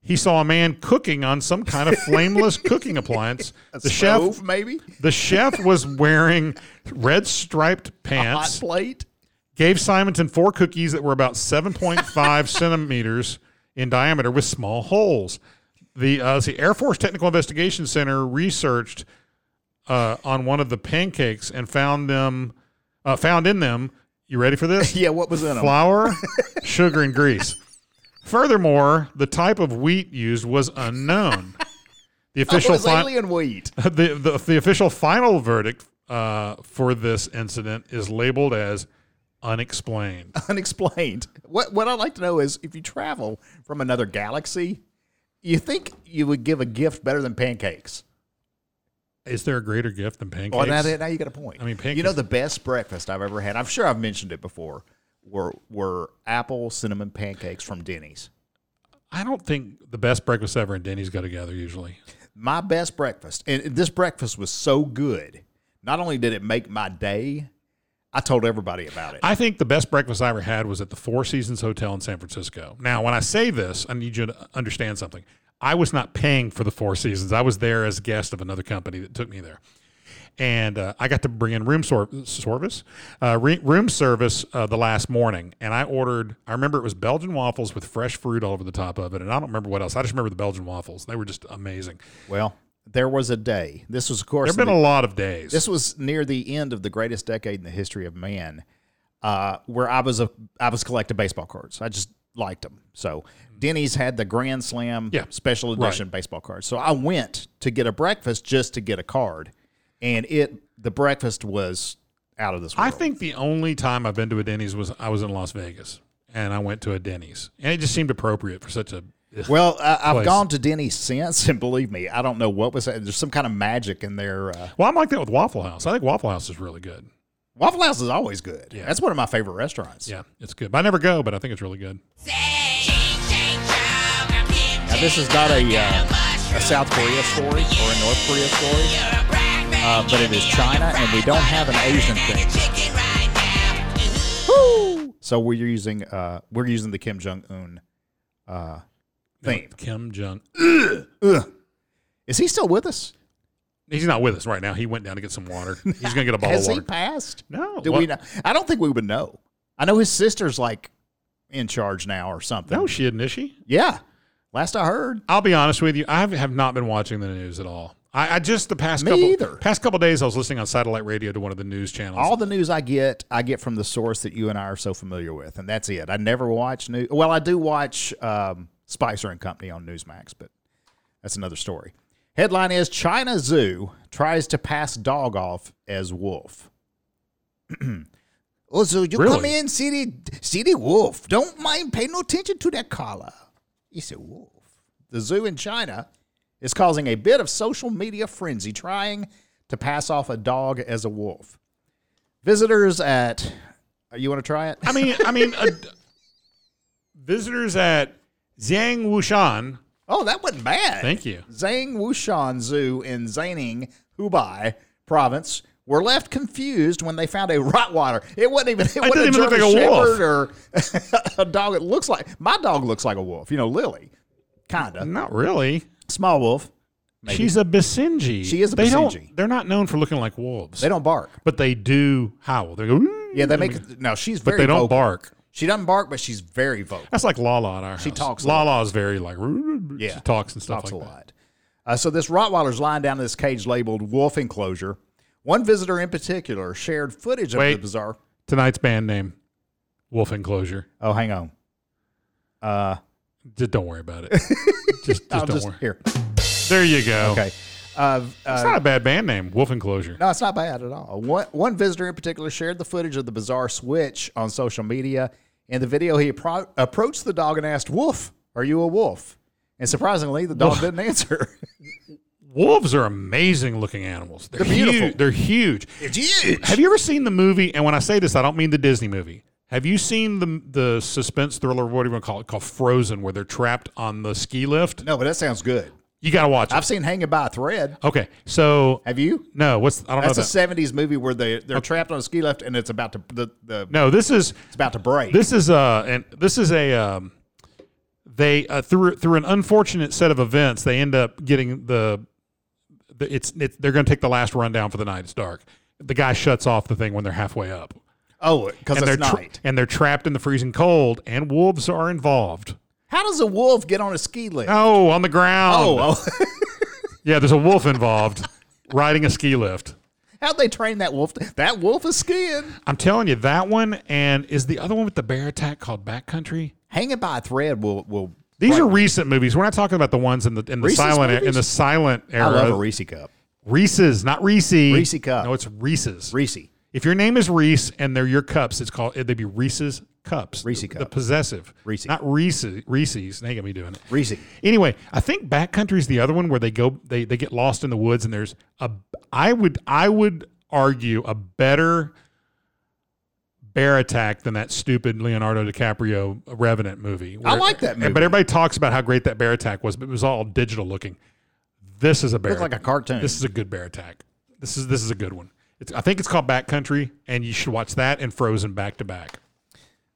Speaker 4: he saw a man cooking on some kind of flameless cooking appliance.
Speaker 5: A
Speaker 4: the chef,
Speaker 5: stove, maybe
Speaker 4: the chef was wearing red striped
Speaker 5: hot
Speaker 4: pants.
Speaker 5: plate.
Speaker 4: Gave Simonton four cookies that were about 7.5 centimeters in diameter with small holes. The uh, the Air Force Technical Investigation Center researched uh, on one of the pancakes and found them uh, found in them. You ready for this?
Speaker 5: Yeah, what was in 'em?
Speaker 4: Flour, sugar, and grease. Furthermore, the type of wheat used was unknown. The
Speaker 5: It
Speaker 4: official
Speaker 5: was
Speaker 4: fi-
Speaker 5: alien wheat.
Speaker 4: the, the the official final verdict uh, for this incident is labeled as unexplained.
Speaker 5: unexplained. What what I'd like to know is if you travel from another galaxy, you think you would give a gift better than pancakes?
Speaker 4: Is there a greater gift than pancakes?
Speaker 5: Well, now, that- now you got a point.
Speaker 4: I mean,
Speaker 5: You
Speaker 4: pancakes-
Speaker 5: know the best breakfast I've ever had. I'm sure I've mentioned it before. Were were apple cinnamon pancakes from Denny's.
Speaker 4: I don't think the best breakfast ever and Denny's go together usually.
Speaker 5: My best breakfast, and this breakfast was so good. Not only did it make my day, I told everybody about it.
Speaker 4: I think the best breakfast I ever had was at the Four Seasons Hotel in San Francisco. Now, when I say this, I need you to understand something. I was not paying for the Four Seasons. I was there as a guest of another company that took me there. And uh, I got to bring in room sor- service, uh, re- room service uh, the last morning. And I ordered, I remember it was Belgian waffles with fresh fruit all over the top of it. And I don't remember what else. I just remember the Belgian waffles. They were just amazing.
Speaker 5: well, there was a day. This was, of
Speaker 4: There
Speaker 5: course,
Speaker 4: have been
Speaker 5: the-
Speaker 4: a lot of days.
Speaker 5: This was near the end of the greatest decade in the history of man, uh, where I was a I was collecting baseball cards. I just liked them. So Denny's had the Grand Slam
Speaker 4: Yeah.
Speaker 5: special
Speaker 4: Right.
Speaker 5: edition baseball card. So I went to get a breakfast just to get a card, and it the breakfast was out of this world.
Speaker 4: I think the only time I've been to a Denny's was I was in Las Vegas and I went to a Denny's and it just seemed appropriate for such a.
Speaker 5: Well, I, I've
Speaker 4: Place.
Speaker 5: gone to Denny's since, and believe me, I don't know what was. There's some kind of magic in there. Uh,
Speaker 4: Well, I'm like that with Waffle House. I think Waffle House is really good.
Speaker 5: Waffle House is always good.
Speaker 4: Yeah.
Speaker 5: That's one of my favorite restaurants.
Speaker 4: Yeah, it's good. But I never go, but I think it's really good.
Speaker 5: Now, this is not a uh, a South Korea story or a North Korea story, uh, but it is China, and we don't have an Asian thing. Woo! So we're using uh, we're using the Kim Jong Un uh, theme.
Speaker 4: Kim Jong.
Speaker 5: Ugh. Is he still with us?
Speaker 4: He's not with us right now. He went down to get some water. He's gonna get a bottle
Speaker 5: Has
Speaker 4: of
Speaker 5: he
Speaker 4: water.
Speaker 5: passed?
Speaker 4: No.
Speaker 5: Do
Speaker 4: what-
Speaker 5: we know? I don't think we would know. I know his sister's like in charge now or something.
Speaker 4: No, she isn't, is she?
Speaker 5: yeah. Last I heard,
Speaker 4: I'll be honest with you. I have- have not been watching the news at all. I, I just the past
Speaker 5: Me
Speaker 4: couple
Speaker 5: either.
Speaker 4: past couple days I was listening on satellite radio to one of the news channels.
Speaker 5: all the news I get, I get from the source that you and I are so familiar with, and that's it. I never watch news. Well, I do watch um, Spicer and Company on Newsmax, but that's another story. Headline is China Zoo tries to pass dog off as wolf. oh, so you
Speaker 4: Really?
Speaker 5: come in, see the, see the wolf. Don't mind, pay no attention to that collar. It's a wolf. The zoo in China is causing a bit of social media frenzy trying to pass off a dog as a wolf. Visitors at. uh, You want to try it?
Speaker 4: I mean, I mean, uh, visitors at Zhang Wushan.
Speaker 5: Oh, that wasn't bad.
Speaker 4: Thank you.
Speaker 5: Zhang Wushan Zoo in Zaning, Hubei province were left confused when they found a Rottweiler. It wasn't even it wasn't
Speaker 4: didn't
Speaker 5: a
Speaker 4: even look
Speaker 5: German
Speaker 4: like a wolf.
Speaker 5: Shepherd or a dog. It looks like my dog looks like a wolf. You know, Lily, kinda
Speaker 4: Not really.
Speaker 5: small wolf.
Speaker 4: She's a Basenji.
Speaker 5: She is a
Speaker 4: they
Speaker 5: Basenji.
Speaker 4: Don't, they're not known for looking like wolves.
Speaker 5: They don't bark.
Speaker 4: but they do howl. They go. "Ooh."
Speaker 5: Yeah, they make no. She's
Speaker 4: Mm. but
Speaker 5: very.
Speaker 4: they don't
Speaker 5: vocal.
Speaker 4: bark.
Speaker 5: She doesn't bark, but she's very vocal.
Speaker 4: That's like Lala at our house. She
Speaker 5: talks a lot.
Speaker 4: Lala is very like. "Ooh."
Speaker 5: Yeah.
Speaker 4: She talks and stuff
Speaker 5: Talks
Speaker 4: like
Speaker 5: a
Speaker 4: that.
Speaker 5: lot. Uh, so this Rottweiler's lying down in this cage labeled wolf enclosure. One visitor in particular shared footage of the
Speaker 4: Wait.
Speaker 5: bizarre.
Speaker 4: Tonight's band name, Wolf Enclosure.
Speaker 5: Oh, hang on. Uh,
Speaker 4: Just don't worry about it. just just
Speaker 5: I'll
Speaker 4: don't
Speaker 5: just
Speaker 4: worry.
Speaker 5: here.
Speaker 4: There you go.
Speaker 5: Okay. Uh,
Speaker 4: It's
Speaker 5: uh,
Speaker 4: not a bad band name, Wolf Enclosure.
Speaker 5: no, it's not bad at all. One, one visitor in particular shared the footage of the bizarre switch on social media. In the video, he appro- approached the dog and asked, Wolf, are you a wolf? And surprisingly, the dog didn't answer.
Speaker 4: Wolves are amazing looking animals. They're,
Speaker 5: They're beautiful.
Speaker 4: huge. They're huge.
Speaker 5: it's huge.
Speaker 4: Have you ever seen the movie? And when I say this, I don't mean the Disney movie. Have you seen the the suspense thriller, whatever you want to call it, called Frozen, where they're trapped on the ski lift?
Speaker 5: No, but that sounds good.
Speaker 4: You got to watch it.
Speaker 5: I've seen Hanging by a Thread.
Speaker 4: Okay, so
Speaker 5: Have you?
Speaker 4: no, what's I don't
Speaker 5: That's
Speaker 4: know
Speaker 5: a
Speaker 4: that.
Speaker 5: '70s movie where they they're trapped on a ski lift and it's about to the, the
Speaker 4: no, this is
Speaker 5: it's about to break.
Speaker 4: This is uh and this is a um they uh, through through an unfortunate set of events they end up getting the, the it's it, they're going to take the last rundown for the night. It's dark. The guy shuts off the thing when they're halfway up,
Speaker 5: oh, because
Speaker 4: and they're
Speaker 5: it's
Speaker 4: tra-
Speaker 5: night.
Speaker 4: and they're trapped in the freezing cold, and wolves are involved.
Speaker 5: How does a wolf get on a ski lift?
Speaker 4: Oh, on the ground.
Speaker 5: Oh, oh.
Speaker 4: yeah, there's a wolf involved riding a ski lift.
Speaker 5: how'd they train that wolf? That wolf is skiing.
Speaker 4: I'm telling you that one, and is the other one with the bear attack called Backcountry?
Speaker 5: Hanging by a thread will will.
Speaker 4: These are recent movies. We're not talking about the ones in the in the
Speaker 5: Reese's
Speaker 4: silent e-,
Speaker 5: movies?
Speaker 4: in the silent era.
Speaker 5: I love a Reese cup.
Speaker 4: Reese's, not Reese.
Speaker 5: Reese cup.
Speaker 4: No, it's Reese's.
Speaker 5: Reese.
Speaker 4: If your name is Reese and they're your cups, it's called they'd be Reese's cups.
Speaker 5: Reese
Speaker 4: the,
Speaker 5: cup.
Speaker 4: The possessive.
Speaker 5: Reese.
Speaker 4: Not Reese's. Reese's. They got me doing it.
Speaker 5: Reese.
Speaker 4: Anyway, I think Backcountry's the other one where they go they they get lost in the woods and there's a I would I would argue a better bear attack than that stupid Leonardo DiCaprio Revenant movie.
Speaker 5: I like that movie.
Speaker 4: But everybody talks about how great that bear attack was, but it was all digital looking. This is a bear.
Speaker 5: Looks like a cartoon.
Speaker 4: This is a good bear attack. This is this is a good one. It's, I think it's called Backcountry, and you should watch that and Frozen back to back.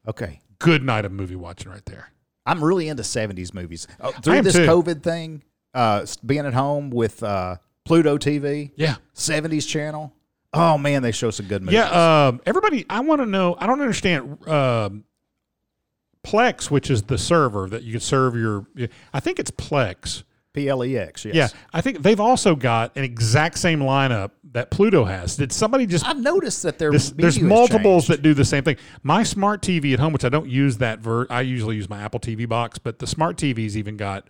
Speaker 5: Okay.
Speaker 4: Good night of movie watching right there.
Speaker 5: I'm really into 70s movies. Oh, through
Speaker 4: am
Speaker 5: this
Speaker 4: too.
Speaker 5: COVID thing, uh, s- being at home with uh, Pluto TV,
Speaker 4: Yeah.
Speaker 5: 70s channel. Oh man, they show some good movies.
Speaker 4: Yeah, um, everybody, I want to know. I don't understand um, Plex, which is the server that you can serve your. I think it's Plex.
Speaker 5: P L E X. Yes.
Speaker 4: Yeah, I think they've also got an exact same lineup that Pluto has. Did somebody just?
Speaker 5: I've noticed that their
Speaker 4: This,
Speaker 5: menu
Speaker 4: there's
Speaker 5: has
Speaker 4: multiples
Speaker 5: changed.
Speaker 4: that do the same thing. My smart TV at home, which I don't use that ver, I usually use my Apple TV box, but the smart TV's even got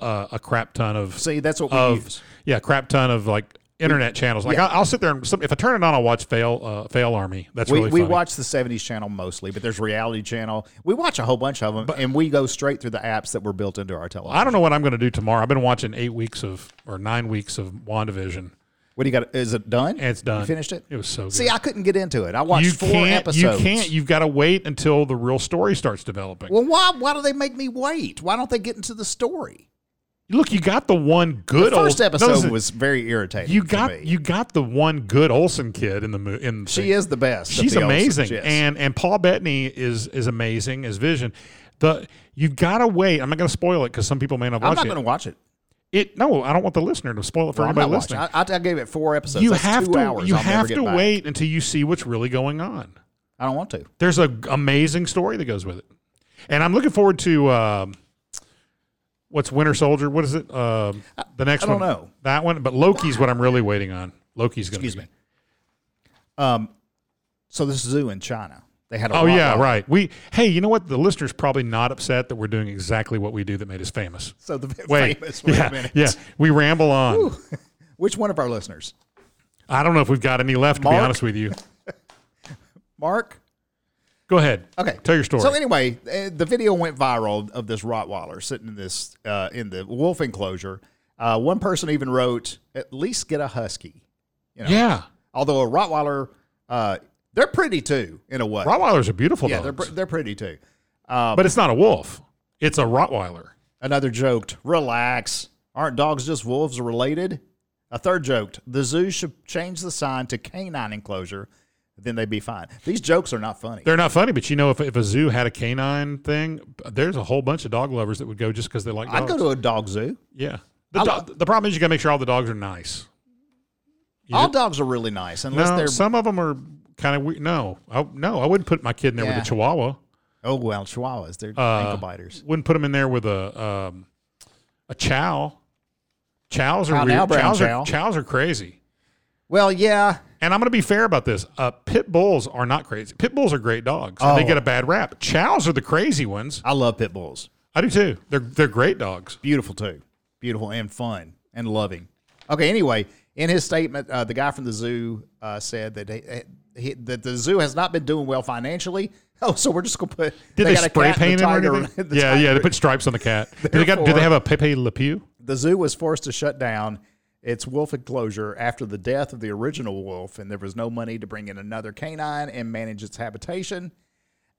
Speaker 4: uh, a crap ton of
Speaker 5: See, that's what we
Speaker 4: of
Speaker 5: use.
Speaker 4: yeah, crap ton of like internet channels. Like I, I'll sit there and some, if I turn it on, I'll watch Fail uh, Fail Army. That's
Speaker 5: We,
Speaker 4: really
Speaker 5: we
Speaker 4: funny.
Speaker 5: watch the 70s channel mostly, but there's reality channel. We watch a whole bunch of them, and we go straight through the apps that were built into our television.
Speaker 4: I don't know what I'm going to do tomorrow. I've been watching eight weeks of or nine weeks of Wandavision,
Speaker 5: What do you got? Is it done?
Speaker 4: and it's done.
Speaker 5: You finished it?
Speaker 4: It was so good.
Speaker 5: See, I couldn't get into it. I watched
Speaker 4: you
Speaker 5: 4
Speaker 4: can't,
Speaker 5: episodes.
Speaker 4: You can't. You've got to wait until the real story starts developing.
Speaker 5: well, why? Why do they make me wait? Why don't they get into the story?
Speaker 4: Look, you got the one good
Speaker 5: the first
Speaker 4: Ol-
Speaker 5: episode
Speaker 4: No, listen,
Speaker 5: was very irritating.
Speaker 4: You
Speaker 5: to me.
Speaker 4: got you got the one good Olsen kid in the mo- in the
Speaker 5: She
Speaker 4: thing.
Speaker 5: is the best. of
Speaker 4: She's
Speaker 5: the Olsens,
Speaker 4: amazing,
Speaker 5: yes.
Speaker 4: and and Paul Bettany is is amazing as Vision. The you've got to wait. I'm not going to spoil it because some people may not
Speaker 5: I'm
Speaker 4: watch
Speaker 5: not
Speaker 4: it.
Speaker 5: going to watch it.
Speaker 4: it. No, I don't want the listener to spoil it for
Speaker 5: Well, I'm
Speaker 4: anybody
Speaker 5: not watching.
Speaker 4: listening.
Speaker 5: I, I, I gave it four episodes.
Speaker 4: you
Speaker 5: That's
Speaker 4: have
Speaker 5: two
Speaker 4: to
Speaker 5: Hours
Speaker 4: you
Speaker 5: I'll never
Speaker 4: have
Speaker 5: get
Speaker 4: to
Speaker 5: back.
Speaker 4: wait until you see what's really going on.
Speaker 5: I don't want to.
Speaker 4: There's a g- amazing story that goes with it, and I'm looking forward to. Um, What's Winter Soldier? What is it? Um the next
Speaker 5: I don't
Speaker 4: one,
Speaker 5: know.
Speaker 4: that one. But Loki's what I'm really waiting on. Loki's going to
Speaker 5: Excuse me. Um, so this zoo in China, they had. A
Speaker 4: Oh
Speaker 5: lot
Speaker 4: yeah,
Speaker 5: of-
Speaker 4: right. We hey, you know what? The listener's probably not upset that we're doing exactly what we do that made us famous.
Speaker 5: So the
Speaker 4: Wait,
Speaker 5: famous. Wait a
Speaker 4: yeah,
Speaker 5: minute.
Speaker 4: yeah, we ramble on.
Speaker 5: Which one of our listeners,
Speaker 4: I don't know if we've got any left. To be
Speaker 5: Mark?
Speaker 4: honest with you,
Speaker 5: Mark?
Speaker 4: go ahead.
Speaker 5: Okay,
Speaker 4: tell your story.
Speaker 5: So anyway, uh, the video went viral of this Rottweiler sitting in this uh, in the wolf enclosure. Uh, one person even wrote, "At least get a husky." You know,
Speaker 4: yeah,
Speaker 5: Although a Rottweiler, uh, they're pretty too in a way.
Speaker 4: Rottweilers are beautiful.
Speaker 5: yeah,
Speaker 4: Yeah,
Speaker 5: they're pr- they're pretty too. Um,
Speaker 4: but it's not a wolf. It's a Rottweiler.
Speaker 5: Another joked, relax. Aren't dogs just wolves related? A third joked, the zoo should change the sign to canine enclosure, then they'd be fine. These jokes are not funny.
Speaker 4: They're not funny, but you know, if, if a zoo had a canine thing, there's a whole bunch of dog lovers that would go just because they like dogs.
Speaker 5: I'd go to a dog zoo.
Speaker 4: yeah. The,
Speaker 5: I
Speaker 4: do-
Speaker 5: lo-
Speaker 4: the problem is you got to make sure all the dogs are nice. You
Speaker 5: All
Speaker 4: know-
Speaker 5: dogs are really nice, unless
Speaker 4: No,
Speaker 5: they're.
Speaker 4: some of them are kind of weird. No, I, no, I wouldn't put my kid in there
Speaker 5: Yeah.
Speaker 4: with a Chihuahua.
Speaker 5: oh, well, chihuahuas, they're
Speaker 4: Uh,
Speaker 5: ankle biters.
Speaker 4: Wouldn't put him in there with a um, a Chow. Chows are
Speaker 5: Chow now,
Speaker 4: weird.
Speaker 5: brown
Speaker 4: chows,
Speaker 5: chow.
Speaker 4: Are, chows are crazy.
Speaker 5: Well, yeah.
Speaker 4: And I'm going to be fair about this. Uh, pit bulls are not crazy. Pit bulls are great dogs. and
Speaker 5: Oh.
Speaker 4: they get a bad rap. Chows are the crazy ones.
Speaker 5: I love pit bulls.
Speaker 4: I do too. They're they're great dogs.
Speaker 5: Beautiful, too. Beautiful and fun and loving. Okay, anyway, in his statement, uh, the guy from the zoo uh, said that, he, he, that the zoo has not been doing well financially. Oh, so we're just going to put.
Speaker 4: Did they,
Speaker 5: got a
Speaker 4: spray
Speaker 5: cat and a
Speaker 4: paint him or
Speaker 5: tiger-
Speaker 4: anything?
Speaker 5: the
Speaker 4: yeah, yeah. They
Speaker 5: tiger.
Speaker 4: put stripes on the cat. do, they got, do
Speaker 5: Therefore-
Speaker 4: they have a Pepe Le Pew?
Speaker 5: The zoo was forced to shut down its wolf enclosure after the death of the original wolf, and there was no money to bring in another canine and manage its habitation.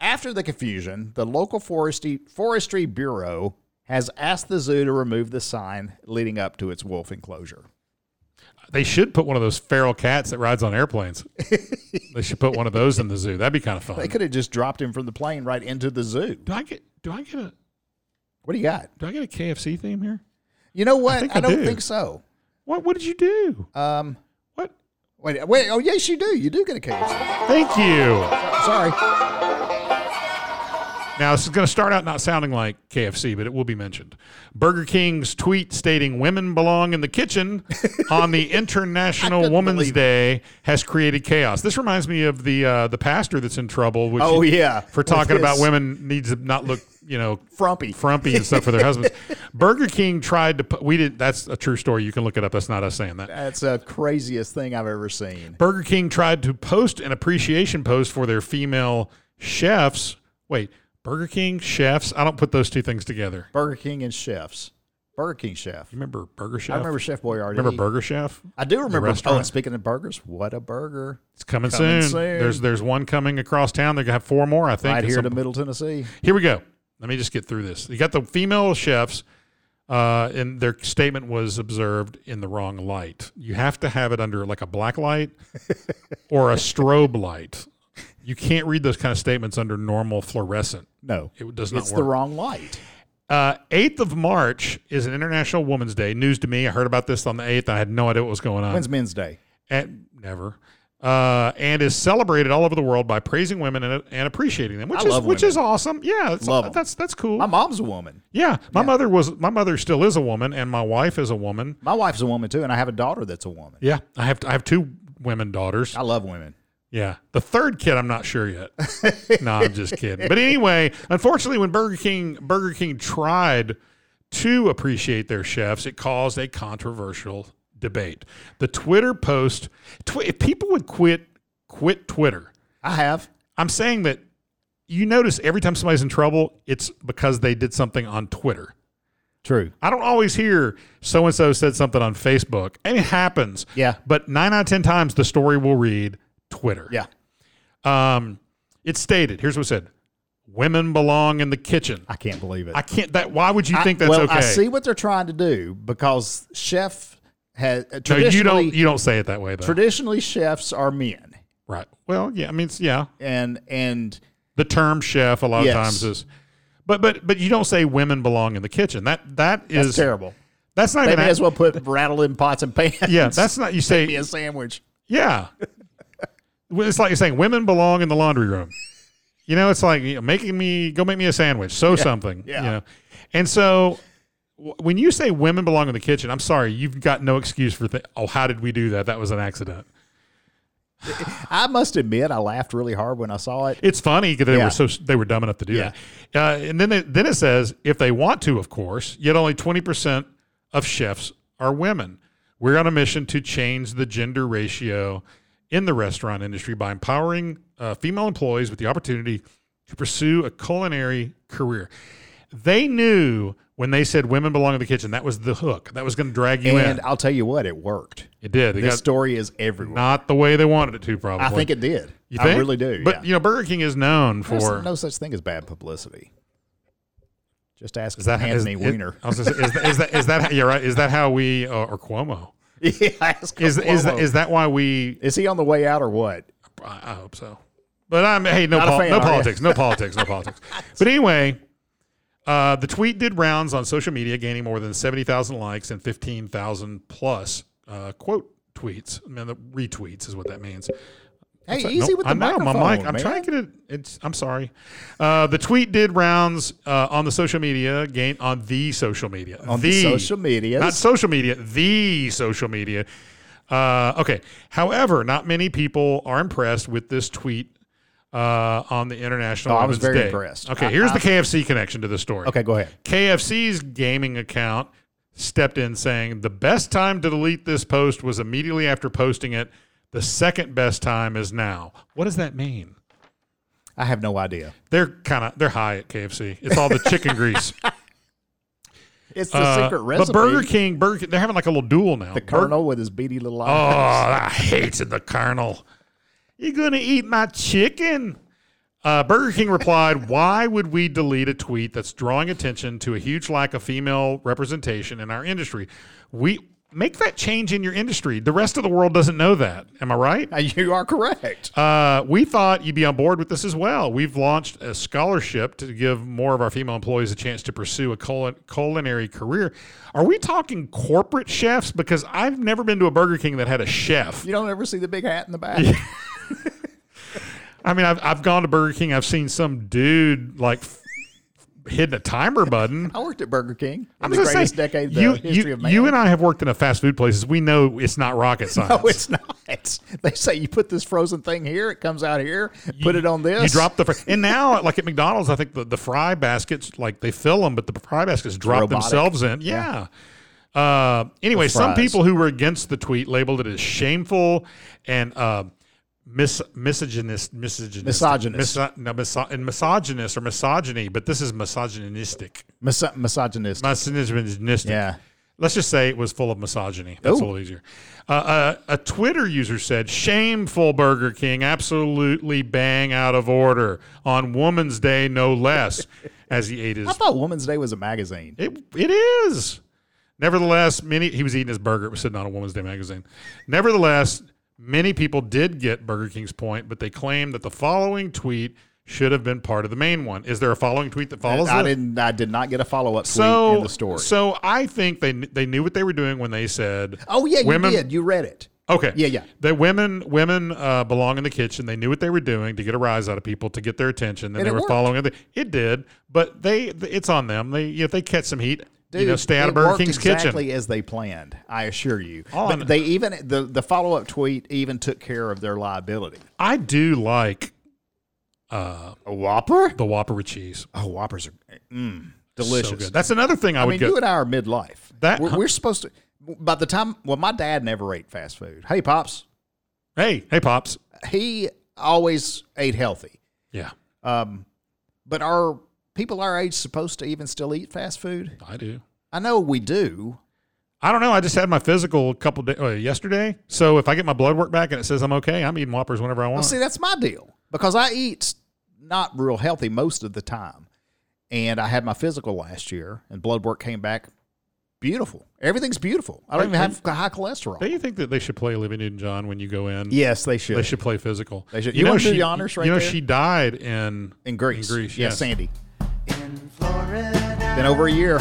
Speaker 5: After the confusion, the local forestry, forestry bureau has asked the zoo to remove the sign leading up to its wolf enclosure.
Speaker 4: They should put one of those feral cats that rides on airplanes. they should put one of those in the zoo. That'd be kind of fun.
Speaker 5: They could have just dropped him from the plane right into the zoo.
Speaker 4: do I get do I get a
Speaker 5: What do you got?
Speaker 4: do I get a KFC theme here?
Speaker 5: You know what? I,
Speaker 4: think I
Speaker 5: don't
Speaker 4: do.
Speaker 5: think so.
Speaker 4: What what did you do?
Speaker 5: Um,
Speaker 4: What?
Speaker 5: wait, wait. Oh, yes, you do. You do get a case.
Speaker 4: Thank you.
Speaker 5: Sorry.
Speaker 4: Now this is going to start out not sounding like KFC, but it will be mentioned. Burger King's tweet stating women belong in the kitchen on the International
Speaker 5: couldn't
Speaker 4: Women's
Speaker 5: believe it.
Speaker 4: Day has created chaos. This reminds me of the uh, the pastor that's in trouble. Which
Speaker 5: Oh, yeah.
Speaker 4: for
Speaker 5: With
Speaker 4: talking about
Speaker 5: his-
Speaker 4: women needs to not look you know
Speaker 5: Frumpy.
Speaker 4: frumpy and stuff for their husbands. Burger King tried to put we did that's a true story. You can look it up. That's not us saying that.
Speaker 5: That's the craziest thing I've ever seen.
Speaker 4: Burger King tried to post an appreciation post for their female chefs. Wait, Burger King chefs? I don't put those two things together.
Speaker 5: Burger King and chefs. Burger King chef.
Speaker 4: You remember Burger Chef?
Speaker 5: I remember Chef Boyardee.
Speaker 4: Remember Burger Chef?
Speaker 5: I do remember. Oh,
Speaker 4: restaurant?
Speaker 5: and speaking of burgers, what a burger!
Speaker 4: It's coming,
Speaker 5: Coming
Speaker 4: soon.
Speaker 5: soon.
Speaker 4: There's there's one coming across town. They're gonna have four more, I think. at
Speaker 5: Right here
Speaker 4: some
Speaker 5: to
Speaker 4: point.
Speaker 5: Middle Tennessee.
Speaker 4: Here we go. Let me just get through this. You got the female chefs, uh, and their statement was observed in the wrong light. You have to have it under like a black light or a strobe light. You can't read those kind of statements under normal fluorescent.
Speaker 5: No,
Speaker 4: It does not
Speaker 5: it's
Speaker 4: work.
Speaker 5: the wrong light.
Speaker 4: Uh, 8th of March is an International Women's Day. News to me. I heard about this on the 8th. I had no idea what was going on.
Speaker 5: When's Men's Day?
Speaker 4: And- never. Uh, uh, and is celebrated all over the world by praising women and, and appreciating them, which
Speaker 5: I
Speaker 4: is
Speaker 5: love
Speaker 4: which
Speaker 5: women.
Speaker 4: is awesome. Yeah, that's
Speaker 5: Love 'em.
Speaker 4: that's that's cool.
Speaker 5: My mom's a woman.
Speaker 4: yeah, my mother was my mother still is a woman, and my wife is a woman.
Speaker 5: My wife's a woman too, and I have a daughter that's a woman.
Speaker 4: Yeah, I have I have two women daughters.
Speaker 5: I love women.
Speaker 4: Yeah. The third kid, I'm not sure yet. no, I'm just kidding. But anyway, unfortunately, when Burger King Burger King tried to appreciate their chefs, it caused a controversial debate. The Twitter post, tw- if people would quit quit Twitter,
Speaker 5: I have.
Speaker 4: I'm saying that you notice every time somebody's in trouble, it's because they did something on Twitter.
Speaker 5: True.
Speaker 4: I don't always hear so and so said something on Facebook, and it happens.
Speaker 5: Yeah.
Speaker 4: But nine out of 10 times, the story will read Twitter.
Speaker 5: Yeah.
Speaker 4: Um, it's stated. Here's what it said: Women belong in the kitchen.
Speaker 5: I can't believe it.
Speaker 4: I can't. That. Why would you think that's
Speaker 5: well,
Speaker 4: okay?
Speaker 5: I see what they're trying to do because chef has uh,
Speaker 4: no,
Speaker 5: traditionally
Speaker 4: you don't. You don't say it that way, though.
Speaker 5: traditionally chefs are men,
Speaker 4: right. Well, yeah. I mean, it's, yeah.
Speaker 5: and and
Speaker 4: The term chef a lot
Speaker 5: Yes.
Speaker 4: of times is, but but but you don't say women belong in the kitchen. That that
Speaker 5: that's
Speaker 4: is
Speaker 5: terrible.
Speaker 4: That's not
Speaker 5: They
Speaker 4: even.
Speaker 5: may as well put rattle in pots and pans.
Speaker 4: Yeah, that's not. You say
Speaker 5: be a sandwich.
Speaker 4: Yeah. Well, it's like you're saying women belong in the laundry room. You know, it's like you know, making me go make me a sandwich, sew something.
Speaker 5: yeah.
Speaker 4: You know? And so w- when you say women belong in the kitchen, I'm sorry, you've got no excuse for, th- oh, how did we do that? That was an accident.
Speaker 5: I must admit, I laughed really hard when I saw it.
Speaker 4: It's funny because they
Speaker 5: Yeah.
Speaker 4: were so they were dumb enough to do
Speaker 5: Yeah.
Speaker 4: that. Uh, and then it, then it says if they want to, of course. Yet only twenty percent of chefs are women. We're on a mission to change the gender ratio in the restaurant industry by empowering uh, female employees with the opportunity to pursue a culinary career. They knew when they said women belong in the kitchen that was the hook that was going to drag you
Speaker 5: and
Speaker 4: in.
Speaker 5: I'll tell you what, it worked.
Speaker 4: It did. It
Speaker 5: This
Speaker 4: got
Speaker 5: story is everywhere.
Speaker 4: not the way they wanted it to. Probably.
Speaker 5: I think it did.
Speaker 4: You
Speaker 5: I
Speaker 4: think?
Speaker 5: really do.
Speaker 4: But
Speaker 5: yeah.
Speaker 4: you know, Burger King is known
Speaker 5: There's
Speaker 4: for
Speaker 5: no such thing as bad publicity. Just ask
Speaker 4: Is that
Speaker 5: Anthony
Speaker 4: is,
Speaker 5: Weiner.
Speaker 4: Is, I was gonna say, is, that- is that is that you're right? Is that how we uh, or Cuomo?
Speaker 5: yeah, ask
Speaker 4: Is is that,
Speaker 5: Cuomo.
Speaker 4: is that why we?
Speaker 5: Is he on the way out or what?
Speaker 4: I I hope so. But I'm hey no
Speaker 5: Not a
Speaker 4: pol-
Speaker 5: fan,
Speaker 4: no
Speaker 5: are you?
Speaker 4: politics no politics no politics. But anyway, uh, the tweet did rounds on social media, gaining more than seventy thousand likes and fifteen thousand plus uh, quote tweets. I mean, the retweets is what that means.
Speaker 5: Hey,
Speaker 4: Sorry,
Speaker 5: easy
Speaker 4: nope,
Speaker 5: with the
Speaker 4: I know,
Speaker 5: microphone.
Speaker 4: My mic. I'm
Speaker 5: man.
Speaker 4: trying to get it. It's. I'm sorry. Uh, the tweet did rounds uh, on the social media. Gain on the social media.
Speaker 5: on the, social medias.
Speaker 4: Not social media, the social media. Uh, okay. However, not many people are impressed with this tweet uh, on the International
Speaker 5: Oh, I was
Speaker 4: Women's
Speaker 5: very
Speaker 4: Day.
Speaker 5: impressed.
Speaker 4: Okay,
Speaker 5: I-
Speaker 4: here's
Speaker 5: I-
Speaker 4: the KFC connection to the story.
Speaker 5: okay, go ahead.
Speaker 4: KFC's gaming account stepped in saying the best time to delete this post was immediately after posting it. The second best time is now. What does that mean?
Speaker 5: I have no idea.
Speaker 4: They're kind of they're high at KFC. It's all the chicken grease.
Speaker 5: It's the
Speaker 4: Uh,
Speaker 5: secret recipe.
Speaker 4: But Burger King, Burger King, they're having like a little duel now.
Speaker 5: the
Speaker 4: Bur-
Speaker 5: Colonel with his beady little
Speaker 4: Oh,
Speaker 5: eyes.
Speaker 4: I hated the Colonel. You gonna eat my chicken? Uh, Burger King replied, "Why would we delete a tweet that's drawing attention to a huge lack of female representation in our industry? We make that change in your industry. The rest of the world doesn't know that. Am I right?"
Speaker 5: You are correct.
Speaker 4: Uh, we thought you'd be on board with this as well. We've launched a scholarship to give more of our female employees a chance to pursue a culin- culinary career. Are we talking corporate chefs? Because I've never been to a Burger King that had a chef.
Speaker 5: You don't ever see the big hat in the back.
Speaker 4: I mean, I've, I've gone to Burger King. I've seen some dude like f- hitting a timer button.
Speaker 5: I worked at Burger King. In
Speaker 4: I'm
Speaker 5: the
Speaker 4: just
Speaker 5: greatest
Speaker 4: saying,
Speaker 5: decade of the
Speaker 4: you,
Speaker 5: history
Speaker 4: you,
Speaker 5: of man.
Speaker 4: you and I have worked in a fast food places. We know it's not rocket science.
Speaker 5: No, it's not. They say you put this frozen thing here, it comes out here. put it on this.
Speaker 4: You drop the fr- and now like at McDonald's, I think the, the fry baskets like they fill them, but the fry baskets drop
Speaker 5: Robotic.
Speaker 4: themselves in. Yeah. Uh, anyway, some
Speaker 5: fries.
Speaker 4: people who were against the tweet labeled it as shameful and uh, mis- misogynist, misogynist,
Speaker 5: Misogynist.
Speaker 4: miso- no, miso- and misogynist or misogyny, but this is misogynistic.
Speaker 5: Mis- misogynist.
Speaker 4: Misogynistic.
Speaker 5: yeah.
Speaker 4: Let's just say it was full of misogyny. That's a
Speaker 5: Ooh.
Speaker 4: little easier. Uh, uh, a Twitter user said, "Shameful Burger King, absolutely bang out of order on Woman's Day, no less." as he ate his,
Speaker 5: I thought Woman's Day was a magazine.
Speaker 4: it, it is. Nevertheless, many he was eating his burger. It was sitting on a Woman's Day magazine. Nevertheless, many people did get Burger King's point, but they claim that the following tweet should have been part of the main one. Is there a following tweet that follows?
Speaker 5: I
Speaker 4: this?
Speaker 5: didn't. I did not get a follow up tweet
Speaker 4: so
Speaker 5: in the story.
Speaker 4: So I think they kn- they knew what they were doing when they said,
Speaker 5: oh yeah, you
Speaker 4: women-
Speaker 5: did. You read it.
Speaker 4: Okay.
Speaker 5: Yeah, yeah.
Speaker 4: That women women uh, belong in the kitchen. They knew what they were doing to get a rise out of people to get their attention. Then
Speaker 5: And
Speaker 4: they
Speaker 5: it
Speaker 4: were
Speaker 5: worked.
Speaker 4: following it. It did, but they it's on them. They if they catch some heat, you
Speaker 5: Dude,
Speaker 4: know, stay out
Speaker 5: it
Speaker 4: of Burger
Speaker 5: worked
Speaker 4: King's
Speaker 5: exactly
Speaker 4: kitchen.
Speaker 5: as they planned. I assure you.
Speaker 4: All
Speaker 5: but
Speaker 4: I'm-
Speaker 5: they even the the follow up tweet even took care of their liability.
Speaker 4: I do like uh,
Speaker 5: A Whopper?
Speaker 4: the Whopper with cheese.
Speaker 5: Oh, Whoppers are mm,
Speaker 4: So
Speaker 5: delicious.
Speaker 4: good. That's another thing I,
Speaker 5: I
Speaker 4: would
Speaker 5: mean,
Speaker 4: go.
Speaker 5: you and I are midlife.
Speaker 4: That-
Speaker 5: we're, we're supposed to. By the time, well, my dad never ate fast food. Hey, pops,
Speaker 4: hey, hey, pops.
Speaker 5: he always ate healthy.
Speaker 4: Yeah,
Speaker 5: Um, but are people our age supposed to even still eat fast food?
Speaker 4: I do.
Speaker 5: I know we do.
Speaker 4: I don't know. I just had my physical a couple days uh, yesterday. So if I get my blood work back and it says I'm okay, I'm eating Whoppers whenever I want.
Speaker 5: Well, see, that's my deal because I eat not real healthy most of the time. And I had my physical last year, and blood work came back beautiful. Everything's beautiful. I don't
Speaker 4: Wait,
Speaker 5: even have high cholesterol.
Speaker 4: Don't you think that they should play Olivia Newton John when you go in?
Speaker 5: yes, they should.
Speaker 4: They should play physical.
Speaker 5: They should- you wanna do the honors right
Speaker 4: You know,
Speaker 5: there?
Speaker 4: she died in
Speaker 5: in Greece.
Speaker 4: In Greece,
Speaker 5: yeah,
Speaker 4: yes.
Speaker 5: Sandy. Been over a year.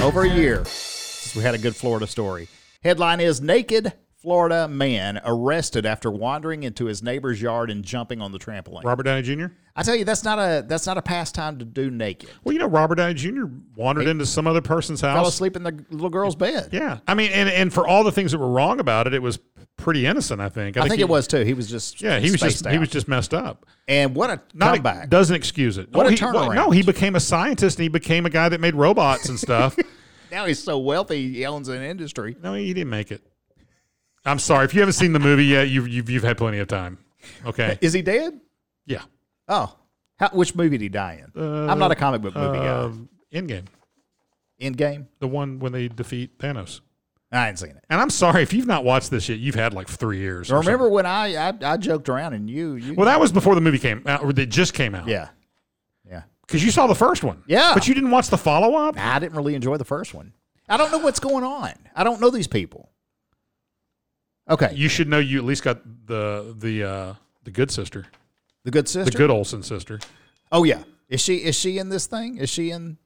Speaker 5: Over a year since we had a good Florida story. Headline is Naked Florida Man Arrested After Wandering into His Neighbor's Yard and Jumping on the Trampoline.
Speaker 4: Robert Downey Jr.
Speaker 5: I tell you, that's not a that's not a pastime to do naked.
Speaker 4: Well, you know, Robert Downey Jr. wandered into some other person's
Speaker 5: Fell
Speaker 4: house.
Speaker 5: asleep in the little girl's bed.
Speaker 4: Yeah, I mean, and and for all the things that were wrong about it, it was pretty innocent. I think.
Speaker 5: I think
Speaker 4: he-
Speaker 5: it was too. He was just
Speaker 4: Yeah, he was
Speaker 5: spaced
Speaker 4: just
Speaker 5: out.
Speaker 4: he was just messed up.
Speaker 5: and what a
Speaker 4: Not e
Speaker 5: comeback.
Speaker 4: doesn't excuse it.
Speaker 5: What
Speaker 4: Oh,
Speaker 5: a
Speaker 4: he- well, no,
Speaker 5: turnaround.
Speaker 4: he became a scientist and he became a guy that made robots and stuff.
Speaker 5: now he's so wealthy, he owns an industry.
Speaker 4: no, he didn't make it. I'm sorry if you haven't seen the movie yet. You've you've, you've had plenty of time. Okay.
Speaker 5: Is he dead?
Speaker 4: Yeah.
Speaker 5: Oh, How, which movie did he die in? I'm not a comic book movie guy.
Speaker 4: Uh, Um, Endgame,
Speaker 5: Endgame.
Speaker 4: the one when they defeat Thanos.
Speaker 5: I ain't seen it.
Speaker 4: And I'm sorry if you've not watched this yet. You've had like three years. or
Speaker 5: Remember
Speaker 4: something.
Speaker 5: when I, I I joked around and you you
Speaker 4: Well, that was before the movie came out, or that just came out.
Speaker 5: yeah yeah
Speaker 4: Because you saw the first one.
Speaker 5: Yeah.
Speaker 4: But you didn't watch the follow up.
Speaker 5: I didn't really enjoy the first one. I don't know what's going on. I don't know these people. Okay,
Speaker 4: You should know you at least got the the uh, the good sister,
Speaker 5: the good
Speaker 4: the
Speaker 5: sister.
Speaker 4: good Olsen sister.
Speaker 5: oh yeah, is she is she in this thing? Is she in?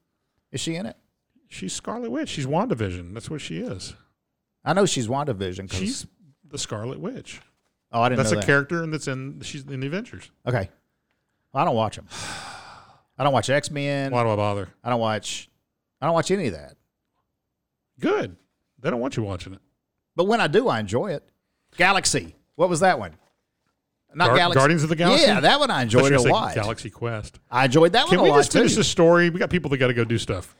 Speaker 5: Is she in it?
Speaker 4: She's Scarlet Witch. She's Wandavision. That's what she is.
Speaker 5: I know she's WandaVision. 'cause-
Speaker 4: She's the Scarlet Witch.
Speaker 5: oh I didn't
Speaker 4: That's
Speaker 5: know
Speaker 4: a
Speaker 5: that.
Speaker 4: character, and that's in she's in the Avengers.
Speaker 5: Okay, Well, I don't watch them. I don't watch X Men.
Speaker 4: Why do I bother?
Speaker 5: I don't watch. I don't watch any of that.
Speaker 4: Good. They don't want you watching it.
Speaker 5: But when I do, I enjoy it. Galaxy. What was that one? Not
Speaker 4: Guar-
Speaker 5: Galaxy.
Speaker 4: Guardians of the Galaxy?
Speaker 5: Yeah, that one I enjoyed
Speaker 4: Unless
Speaker 5: a
Speaker 4: you're gonna
Speaker 5: lot.
Speaker 4: say Galaxy Quest.
Speaker 5: I enjoyed that
Speaker 4: Can
Speaker 5: one
Speaker 4: we
Speaker 5: a lot
Speaker 4: just finish
Speaker 5: too.
Speaker 4: the story? We got people that got to go do stuff.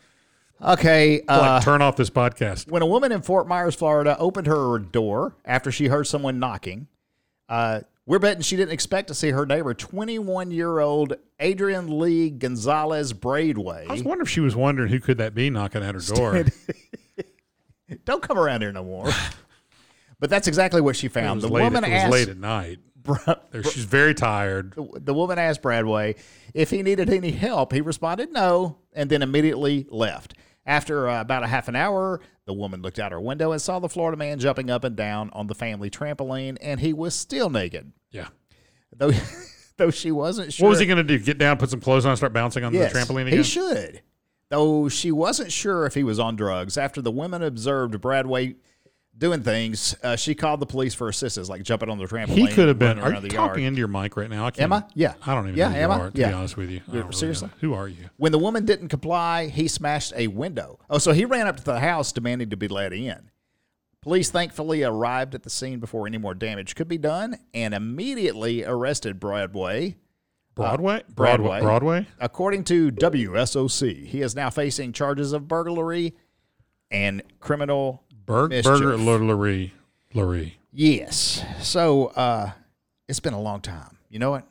Speaker 5: Okay. Uh,
Speaker 4: like turn off this podcast.
Speaker 5: when a woman in Fort Myers, Florida, opened her door after she heard someone knocking, uh, we're betting she didn't expect to see her neighbor, 21 year old Adrian Lee Gonzalez
Speaker 4: I was
Speaker 5: Braidway.
Speaker 4: wondering if she was wondering who could that be knocking at her door.
Speaker 5: Don't come around here no more. but that's exactly what she
Speaker 4: It
Speaker 5: found.
Speaker 4: was,
Speaker 5: The
Speaker 4: late,
Speaker 5: woman
Speaker 4: it was
Speaker 5: asked.
Speaker 4: late at night. There, she's very tired.
Speaker 5: The woman asked Bradway if he needed any help. He responded no and then immediately left. After uh, about a half an hour, the woman looked out her window and saw the Florida man jumping up and down on the family trampoline, and he was still naked.
Speaker 4: Yeah.
Speaker 5: Though, though she wasn't sure.
Speaker 4: What was he going to do? Get down, put some clothes on, and start bouncing on
Speaker 5: Yes,
Speaker 4: the trampoline
Speaker 5: He
Speaker 4: again?
Speaker 5: should. Though she wasn't sure if he was on drugs. After the women observed Bradway doing things, uh, she called the police for assistance, like jumping on the trampoline.
Speaker 4: He could have been.
Speaker 5: and running
Speaker 4: Are
Speaker 5: around
Speaker 4: you
Speaker 5: the
Speaker 4: talking
Speaker 5: yard.
Speaker 4: into your mic right now? I can't,
Speaker 5: Am I? Yeah.
Speaker 4: I don't even
Speaker 5: Yeah,
Speaker 4: know who
Speaker 5: am
Speaker 4: you
Speaker 5: I?
Speaker 4: are, to
Speaker 5: Yeah.
Speaker 4: be honest with you. I
Speaker 5: Yeah,
Speaker 4: don't really
Speaker 5: seriously? Uh,
Speaker 4: know. Who are you?
Speaker 5: When the woman didn't comply, he smashed a window. Oh, so he ran up to the house demanding to be let in. Police thankfully arrived at the scene before any more damage could be done and immediately arrested Uh, Broadway.
Speaker 4: Broadway?
Speaker 5: Broadway.
Speaker 4: Broadway? Broadway?
Speaker 5: According to WSOC, he is now facing charges of burglary and criminal
Speaker 4: Bur-
Speaker 5: mischief.
Speaker 4: Burger Lurie. Lurie.
Speaker 5: Yes. So uh, it's been a long time. You know what?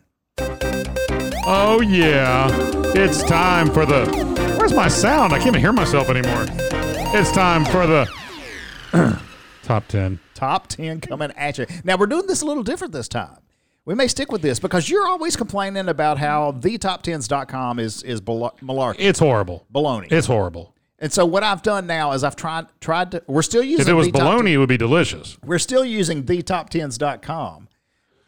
Speaker 4: Oh, yeah. It's time for the. Where's my sound? I can't even hear myself anymore. It's time for the top 10.
Speaker 5: Top 10 coming at you. Now, we're doing this a little different this time. We may stick with this because you're always complaining about how the top10s.com is, is bala- malarkey,
Speaker 4: It's horrible.
Speaker 5: baloney.
Speaker 4: It's horrible.
Speaker 5: and so, what I've done now is I've tried tried to, we're still using
Speaker 4: If it was
Speaker 5: the top
Speaker 4: baloney, it would be delicious.
Speaker 5: we're still using the top10s.com,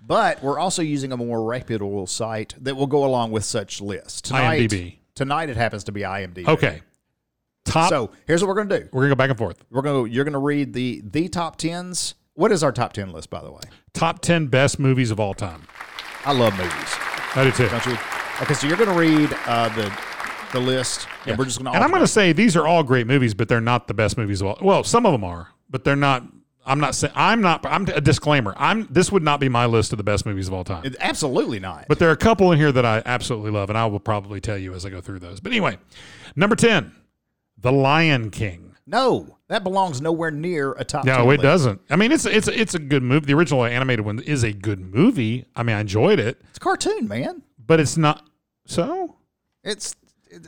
Speaker 5: but we're also using a more reputable site that will go along with such lists.
Speaker 4: IMDb.
Speaker 5: Tonight it happens to be IMDb.
Speaker 4: Okay. Uh, Top.
Speaker 5: So here's what we're going to do.
Speaker 4: we're going to go back and forth.
Speaker 5: We're going to you're going to read the the top 10s What is our top 10 list, by the way?
Speaker 4: Top 10 best movies of all time.
Speaker 5: I love movies.
Speaker 4: I do too.
Speaker 5: Don't you? Okay, so you're going to read uh, the the list, and we're just going to.
Speaker 4: And I'm going to say these are all great movies, but they're not the best movies of all. Well, some of them are, but they're not. I'm not saying I'm not. I'm a disclaimer. I'm this would not be my list of the best movies of all time.
Speaker 5: absolutely not.
Speaker 4: But there are a couple in here that I absolutely love, and I will probably tell you as I go through those. But anyway, number ten, The Lion King.
Speaker 5: no, that belongs nowhere near a top.
Speaker 4: No,
Speaker 5: 10
Speaker 4: it
Speaker 5: list.
Speaker 4: doesn't. I mean, it's it's it's a good movie. The original animated one is a good movie. I mean, I enjoyed it,
Speaker 5: It's a cartoon, man.
Speaker 4: but it's not. So
Speaker 5: It's it-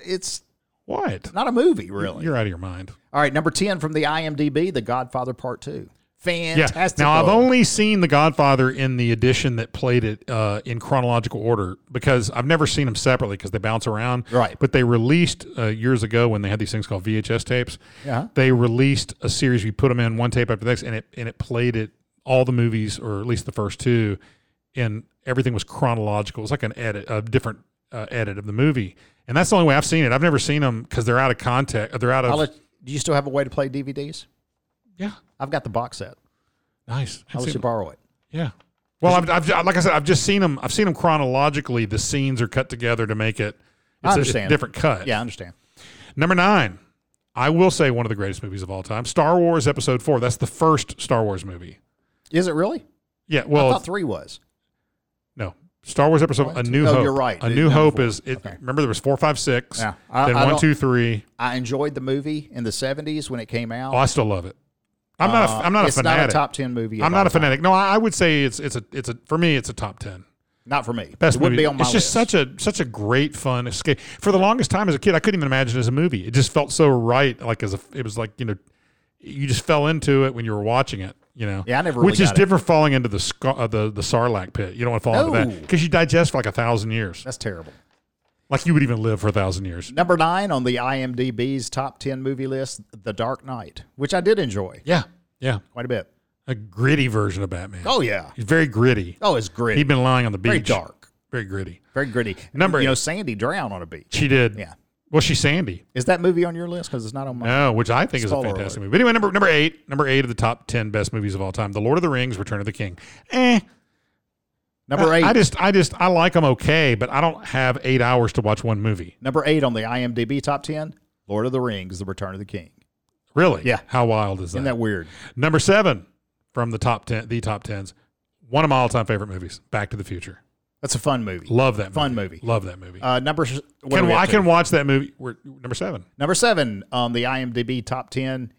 Speaker 5: it's
Speaker 4: what?
Speaker 5: not a movie, really.
Speaker 4: You're out of your mind.
Speaker 5: All right, number ten from the IMDb, The Godfather Part Two.
Speaker 4: Yeah.
Speaker 5: Fantastic.
Speaker 4: Now I've only seen The Godfather in the edition that played it uh, in chronological order because I've never seen them separately because they bounce around.
Speaker 5: Right.
Speaker 4: But they released uh, years ago when they had these things called VHS tapes.
Speaker 5: Yeah.
Speaker 4: They released a series. You put them in one tape after the next, and it and it played it all the movies or at least the first two, and everything was chronological. It's like an edit, a different uh, edit of the movie. And that's the only way I've seen it. I've never seen them because they're out of context. They're out of
Speaker 5: I'll let- do you still have a way to play DVDs?
Speaker 4: yeah.
Speaker 5: I've got the box set.
Speaker 4: Nice.
Speaker 5: I'll
Speaker 4: That's
Speaker 5: let
Speaker 4: it.
Speaker 5: you borrow it.
Speaker 4: Yeah. Well, I've, I've, like I said, I've just seen them. I've seen them chronologically. The scenes are cut together to make it.
Speaker 5: I
Speaker 4: It's A,
Speaker 5: understand.
Speaker 4: different cut.
Speaker 5: Yeah, I understand.
Speaker 4: Number nine, I will say one of the greatest movies of all time, Star Wars Episode Four. That's the first Star Wars movie.
Speaker 5: Is it really?
Speaker 4: Yeah.
Speaker 5: I
Speaker 4: Well,
Speaker 5: thought three was.
Speaker 4: no, Star Wars Episode A New
Speaker 5: No,
Speaker 4: Hope.
Speaker 5: Oh, you're right.
Speaker 4: A
Speaker 5: The
Speaker 4: New
Speaker 5: number
Speaker 4: Hope
Speaker 5: four.
Speaker 4: is. It,
Speaker 5: Okay.
Speaker 4: Remember there was four, five, six.
Speaker 5: Yeah. I-
Speaker 4: then
Speaker 5: I
Speaker 4: one,
Speaker 5: don't-
Speaker 4: two, three.
Speaker 5: I enjoyed the movie in the '70s when it came out.
Speaker 4: Oh, I still love it. I'm not. A,
Speaker 5: Uh,
Speaker 4: I'm not a
Speaker 5: it's
Speaker 4: fanatic.
Speaker 5: not a top ten movie. of
Speaker 4: I'm not
Speaker 5: all
Speaker 4: a
Speaker 5: time.
Speaker 4: fanatic. No, I, I would say it's it's a it's a for me it's a top ten.
Speaker 5: Not for me.
Speaker 4: best
Speaker 5: it would
Speaker 4: movie.
Speaker 5: be on my
Speaker 4: it's just
Speaker 5: list.
Speaker 4: such a such a great fun escape. For the longest time as a kid, I couldn't even imagine it as a movie. It just felt so right. Like as a, it was like you know, you just fell into it when you were watching it. You know,
Speaker 5: Yeah, I never
Speaker 4: Which
Speaker 5: really
Speaker 4: is
Speaker 5: got it.
Speaker 4: different falling into the scar, uh, the the Sarlacc pit. You don't want to fall into that
Speaker 5: No.
Speaker 4: because you digest for like a thousand years.
Speaker 5: That's terrible.
Speaker 4: Like you would even live for a thousand years.
Speaker 5: Number nine on the IMDb's top ten movie list, The Dark Knight, which I did enjoy
Speaker 4: Yeah, yeah,
Speaker 5: quite a bit.
Speaker 4: a gritty version of Batman.
Speaker 5: Oh yeah.
Speaker 4: He's very gritty.
Speaker 5: Oh, it's gritty.
Speaker 4: He'd been lying on the beach.
Speaker 5: Very dark.
Speaker 4: Very gritty.
Speaker 5: Very gritty.
Speaker 4: Number
Speaker 5: you know
Speaker 4: eight.
Speaker 5: Sandy drowned on a beach.
Speaker 4: She did.
Speaker 5: Yeah.
Speaker 4: Well, she's Sandy.
Speaker 5: Is that movie on your list? Because it's not on mine.
Speaker 4: No, Oh, which I think is a
Speaker 5: Spoiler
Speaker 4: fantastic
Speaker 5: alert.
Speaker 4: movie. But anyway, number number eight, number eight of the top ten best movies of all time, The Lord of the Rings: Return of the King. Eh,
Speaker 5: Number eight.
Speaker 4: I just, I just, I like them okay, but I don't have eight hours to watch one movie.
Speaker 5: number eight on the IMDb top ten, Lord of the Rings: The Return of the King.
Speaker 4: Really?
Speaker 5: Yeah.
Speaker 4: How wild is that?
Speaker 5: Isn't that weird?
Speaker 4: number seven from the top ten, the top tens, one of my all-time favorite movies, Back to the Future.
Speaker 5: That's a fun movie.
Speaker 4: Love that
Speaker 5: Fun movie.
Speaker 4: Love that movie.
Speaker 5: Uh, number. s- what are
Speaker 4: can
Speaker 5: we up
Speaker 4: I
Speaker 5: to?
Speaker 4: can watch that movie? We're, number seven.
Speaker 5: Number seven on the IMDb top ten,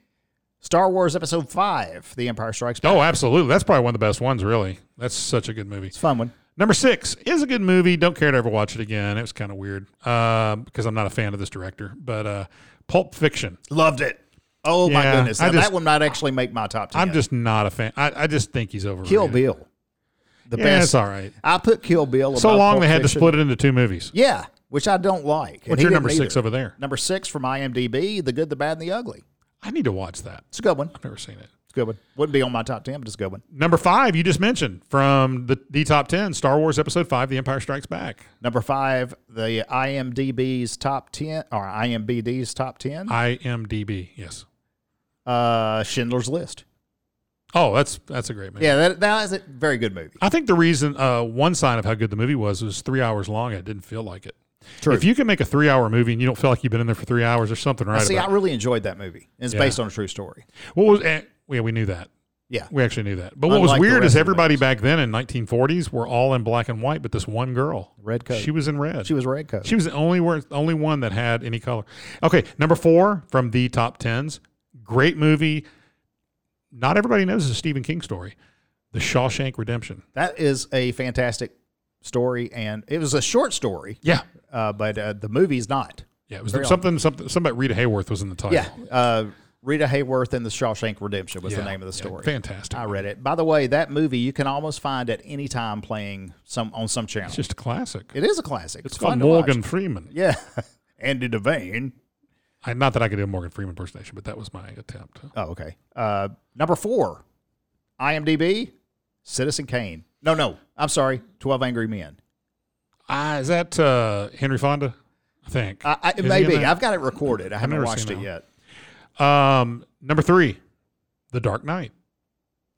Speaker 5: Star Wars Episode Five: The Empire Strikes Back.
Speaker 4: Oh, absolutely. That's probably one of the best ones. Really, that's such a good movie.
Speaker 5: It's a fun one.
Speaker 4: Number six is a good movie. Don't care to ever watch it again. It was kind of weird uh, because I'm not a fan of this director. But uh, Pulp Fiction,
Speaker 5: Loved it. Oh my
Speaker 4: Yeah,
Speaker 5: goodness!
Speaker 4: I
Speaker 5: Now,
Speaker 4: just-
Speaker 5: that one might actually make my top ten.
Speaker 4: I'm just not a fan. I, I just think he's overrated.
Speaker 5: Kill Bill, the
Speaker 4: Yeah,
Speaker 5: best.
Speaker 4: it's all right.
Speaker 5: I put Kill Bill.
Speaker 4: So
Speaker 5: above
Speaker 4: long
Speaker 5: Pulp
Speaker 4: they had to
Speaker 5: Fiction.
Speaker 4: split it into two movies.
Speaker 5: Yeah, which I don't like. and
Speaker 4: What's
Speaker 5: he
Speaker 4: your
Speaker 5: didn't
Speaker 4: number six
Speaker 5: either.
Speaker 4: over there?
Speaker 5: Number six from IMDb: The Good, the Bad, and the Ugly.
Speaker 4: I need to watch that.
Speaker 5: It's a good one.
Speaker 4: I've never seen it.
Speaker 5: It's a good one. Wouldn't be on my top ten, but it's a good one.
Speaker 4: Number five, you just mentioned from the, the top 10 Star Wars Episode 5, The Empire Strikes Back.
Speaker 5: Number five, the IMDb's top ten or IMBD's top ten,
Speaker 4: IMDb. Yes.
Speaker 5: uh, Schindler's List.
Speaker 4: Oh, that's that's a great movie.
Speaker 5: Yeah, that, that is a very good movie.
Speaker 4: I think the reason, uh, one sign of how good the movie was, was three hours long. and It didn't feel like it.
Speaker 5: True.
Speaker 4: If you can make a three hour movie and you don't feel like you've been in there for three hours, there's something right
Speaker 5: See, I
Speaker 4: about it.
Speaker 5: really enjoyed that movie. It's
Speaker 4: Yeah.
Speaker 5: based on a true story.
Speaker 4: What was, eh, yeah, we knew that.
Speaker 5: Yeah.
Speaker 4: We actually knew that. But what was
Speaker 5: Unlike the
Speaker 4: weird
Speaker 5: rest
Speaker 4: is
Speaker 5: of the
Speaker 4: everybody
Speaker 5: movies.
Speaker 4: back then in 1940s were all in black and white, but this one girl.
Speaker 5: Red coat.
Speaker 4: She was in red.
Speaker 5: She was red coat.
Speaker 4: She was the only, wor- only one that had any color. Okay, number four from the top tens. Great movie. Not everybody knows it's a Stephen King story. The Shawshank Redemption.
Speaker 5: That is a fantastic story, and it was a short story,
Speaker 4: Yeah.
Speaker 5: uh, but uh, the movie's not.
Speaker 4: Yeah, it was
Speaker 5: Very
Speaker 4: something, something, something about Rita Hayworth was in the title.
Speaker 5: Yeah. Uh, Rita Hayworth and the Shawshank Redemption was
Speaker 4: Yeah.
Speaker 5: the name of the
Speaker 4: Yeah,
Speaker 5: story.
Speaker 4: fantastic.
Speaker 5: I read it. By the way, that movie you can almost find at any time playing some on some channel.
Speaker 4: It's just a classic.
Speaker 5: it is a classic.
Speaker 4: It's called
Speaker 5: fun to watch.
Speaker 4: Morgan Freeman.
Speaker 5: Yeah. Andy Devane.
Speaker 4: I, not that I could do a Morgan Freeman impersonation, but that was my attempt.
Speaker 5: Oh, okay. Uh, number four, IMDb, Citizen Kane. No, no. I'm sorry. 12 Angry Men.
Speaker 4: Ah, is that uh, Henry Fonda? I think.
Speaker 5: I, I,
Speaker 4: Is he in
Speaker 5: maybe.
Speaker 4: that?
Speaker 5: I've got it recorded. I haven't
Speaker 4: never
Speaker 5: watched
Speaker 4: seen
Speaker 5: it
Speaker 4: that
Speaker 5: yet.
Speaker 4: Um, number three, The Dark Knight.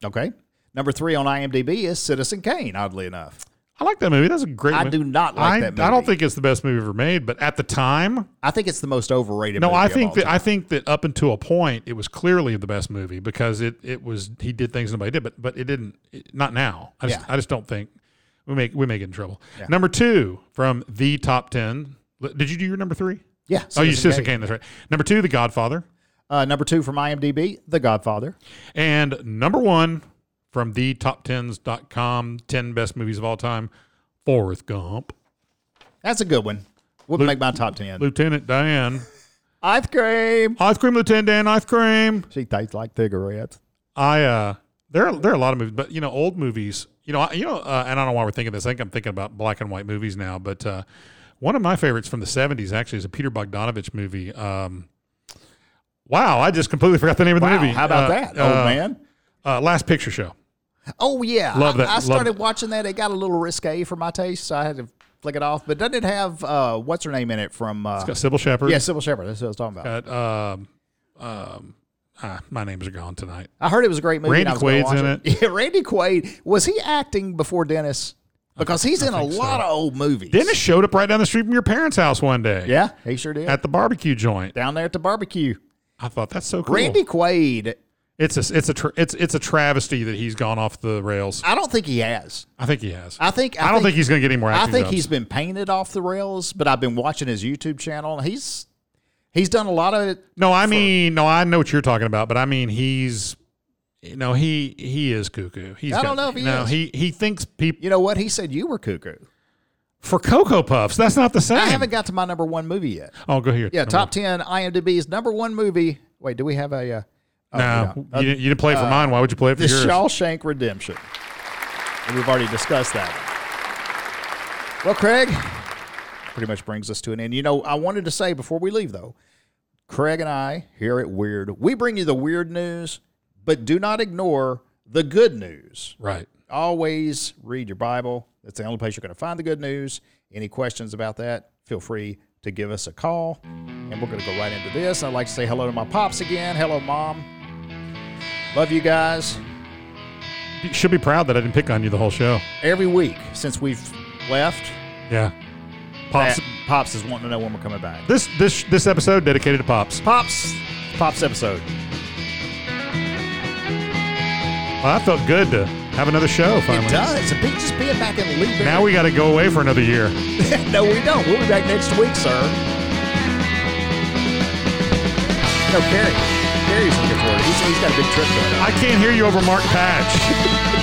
Speaker 5: Okay. Number three on IMDb is Citizen Kane, oddly enough.
Speaker 4: I like that movie. That's a great.
Speaker 5: I
Speaker 4: movie.
Speaker 5: do not like
Speaker 4: I,
Speaker 5: that
Speaker 4: I don't
Speaker 5: movie.
Speaker 4: think it's the best movie ever made, but at the time,
Speaker 5: I think it's the most overrated
Speaker 4: no,
Speaker 5: movie.
Speaker 4: I
Speaker 5: of
Speaker 4: think
Speaker 5: all
Speaker 4: that
Speaker 5: time.
Speaker 4: I think that up until a point, it was clearly the best movie because it it was he did things nobody did, but but it didn't. it- not now. I just
Speaker 5: Yeah.
Speaker 4: I just don't think we make we may get in trouble. Number two from the top ten. Did you do your number three?
Speaker 5: Yeah.
Speaker 4: oh, you
Speaker 5: Citizen
Speaker 4: Citizen Kane. That's right. Number two, The Godfather,
Speaker 5: Uh, number two from IMDb, The Godfather.
Speaker 4: and number one from the top tens.com, ten best movies of all time. Forrest Gump,
Speaker 5: That's a good one. Would not make my top ten.
Speaker 4: Lieutenant Dan,
Speaker 5: Ice cream.
Speaker 4: ice cream, Lieutenant Dan, ice cream.
Speaker 5: She tastes like cigarettes.
Speaker 4: I uh, there are, there are a lot of movies, but you know, old movies. You know, I, you know, uh, and I don't know why we're thinking this. I think I'm thinking about black and white movies now. But uh, one of my favorites from the '70s actually is a Peter Bogdanovich movie. Um, wow, I just completely forgot the name of the
Speaker 5: Wow,
Speaker 4: movie.
Speaker 5: how about
Speaker 4: Uh,
Speaker 5: that, old
Speaker 4: uh,
Speaker 5: man?
Speaker 4: Uh, Last Picture Show.
Speaker 5: Oh yeah,
Speaker 4: Love that.
Speaker 5: I, I
Speaker 4: Love
Speaker 5: started
Speaker 4: that.
Speaker 5: watching that. It got a little risque for my taste, so I had to flick it off. But doesn't it have uh, what's her name in it from? Uh,
Speaker 4: Got Sybil Shepherd.
Speaker 5: yeah, Sybil Shepherd. That's what I was talking about.
Speaker 4: Got um, um, ah, my names are gone tonight.
Speaker 5: I heard it was a great movie. and
Speaker 4: Randy
Speaker 5: I was gonna
Speaker 4: Quaid's
Speaker 5: watch
Speaker 4: in
Speaker 5: Yeah, Randy Quaid was he acting before Dennis? Because he's in a lot of old movies.
Speaker 4: Dennis showed up right down the street from your parents' house one day.
Speaker 5: Yeah, he sure did.
Speaker 4: At the barbecue joint,
Speaker 5: Down there at the barbecue,
Speaker 4: I thought that's so cool.
Speaker 5: Randy Quaid.
Speaker 4: it's a it's a tra- it's it's a travesty that he's gone off the rails.
Speaker 5: I don't think he has.
Speaker 4: I think he has.
Speaker 5: I think
Speaker 4: I, don't think, he's going to get any more.
Speaker 5: I
Speaker 4: Acting
Speaker 5: think
Speaker 4: jobs.
Speaker 5: he's been painted off the rails, but I've been watching his YouTube channel. and He's he's done a lot of it.
Speaker 4: No, I mean, no, I know what you're talking about, but I mean, he's. No, he he is cuckoo. He's
Speaker 5: I don't
Speaker 4: got-
Speaker 5: know if he
Speaker 4: no,
Speaker 5: is.
Speaker 4: he he thinks people
Speaker 5: You know what? He said you were cuckoo.
Speaker 4: for Cocoa Puffs. That's not the same.
Speaker 5: I haven't got to my number one movie yet.
Speaker 4: Oh, go here.
Speaker 5: Yeah, top ten IMDb's number one movie. Wait, do we have a? Uh, oh,
Speaker 4: No,
Speaker 5: we don't.
Speaker 4: you, didn't- you didn't play it for mine. Why would you play it for
Speaker 5: The
Speaker 4: yours?
Speaker 5: Shawshank Redemption. And we've already discussed that. one. Well, Craig, pretty much brings us to an end. You know, I wanted to say before we leave, though, Craig and I here at Weird, we bring you the weird news, but do not ignore the good news.
Speaker 4: Right.
Speaker 5: Always read your Bible. That's the only place you're going to find the good news. Any questions about that, feel free to give us a call. And we're going to go right into this. I'd like to say hello to my pops again. Hello, mom. Love you guys.
Speaker 4: You should be proud that I didn't pick on you the whole show.
Speaker 5: every week since we've left.
Speaker 4: Yeah. Pops.
Speaker 5: Pat- Pops is wanting to know when we're coming back.
Speaker 4: This this this episode dedicated to Pops.
Speaker 5: Pops, Pops episode.
Speaker 4: Well, I felt good to have another show finally.
Speaker 5: It does. It's a big just being back and leaving.
Speaker 4: Now we got to go away for another year.
Speaker 5: no, we don't. We'll be back next week, sir. No, Gary. Gary's looking forward. He's, he's got a big trip going on.
Speaker 4: I can't hear you over Mark Patch.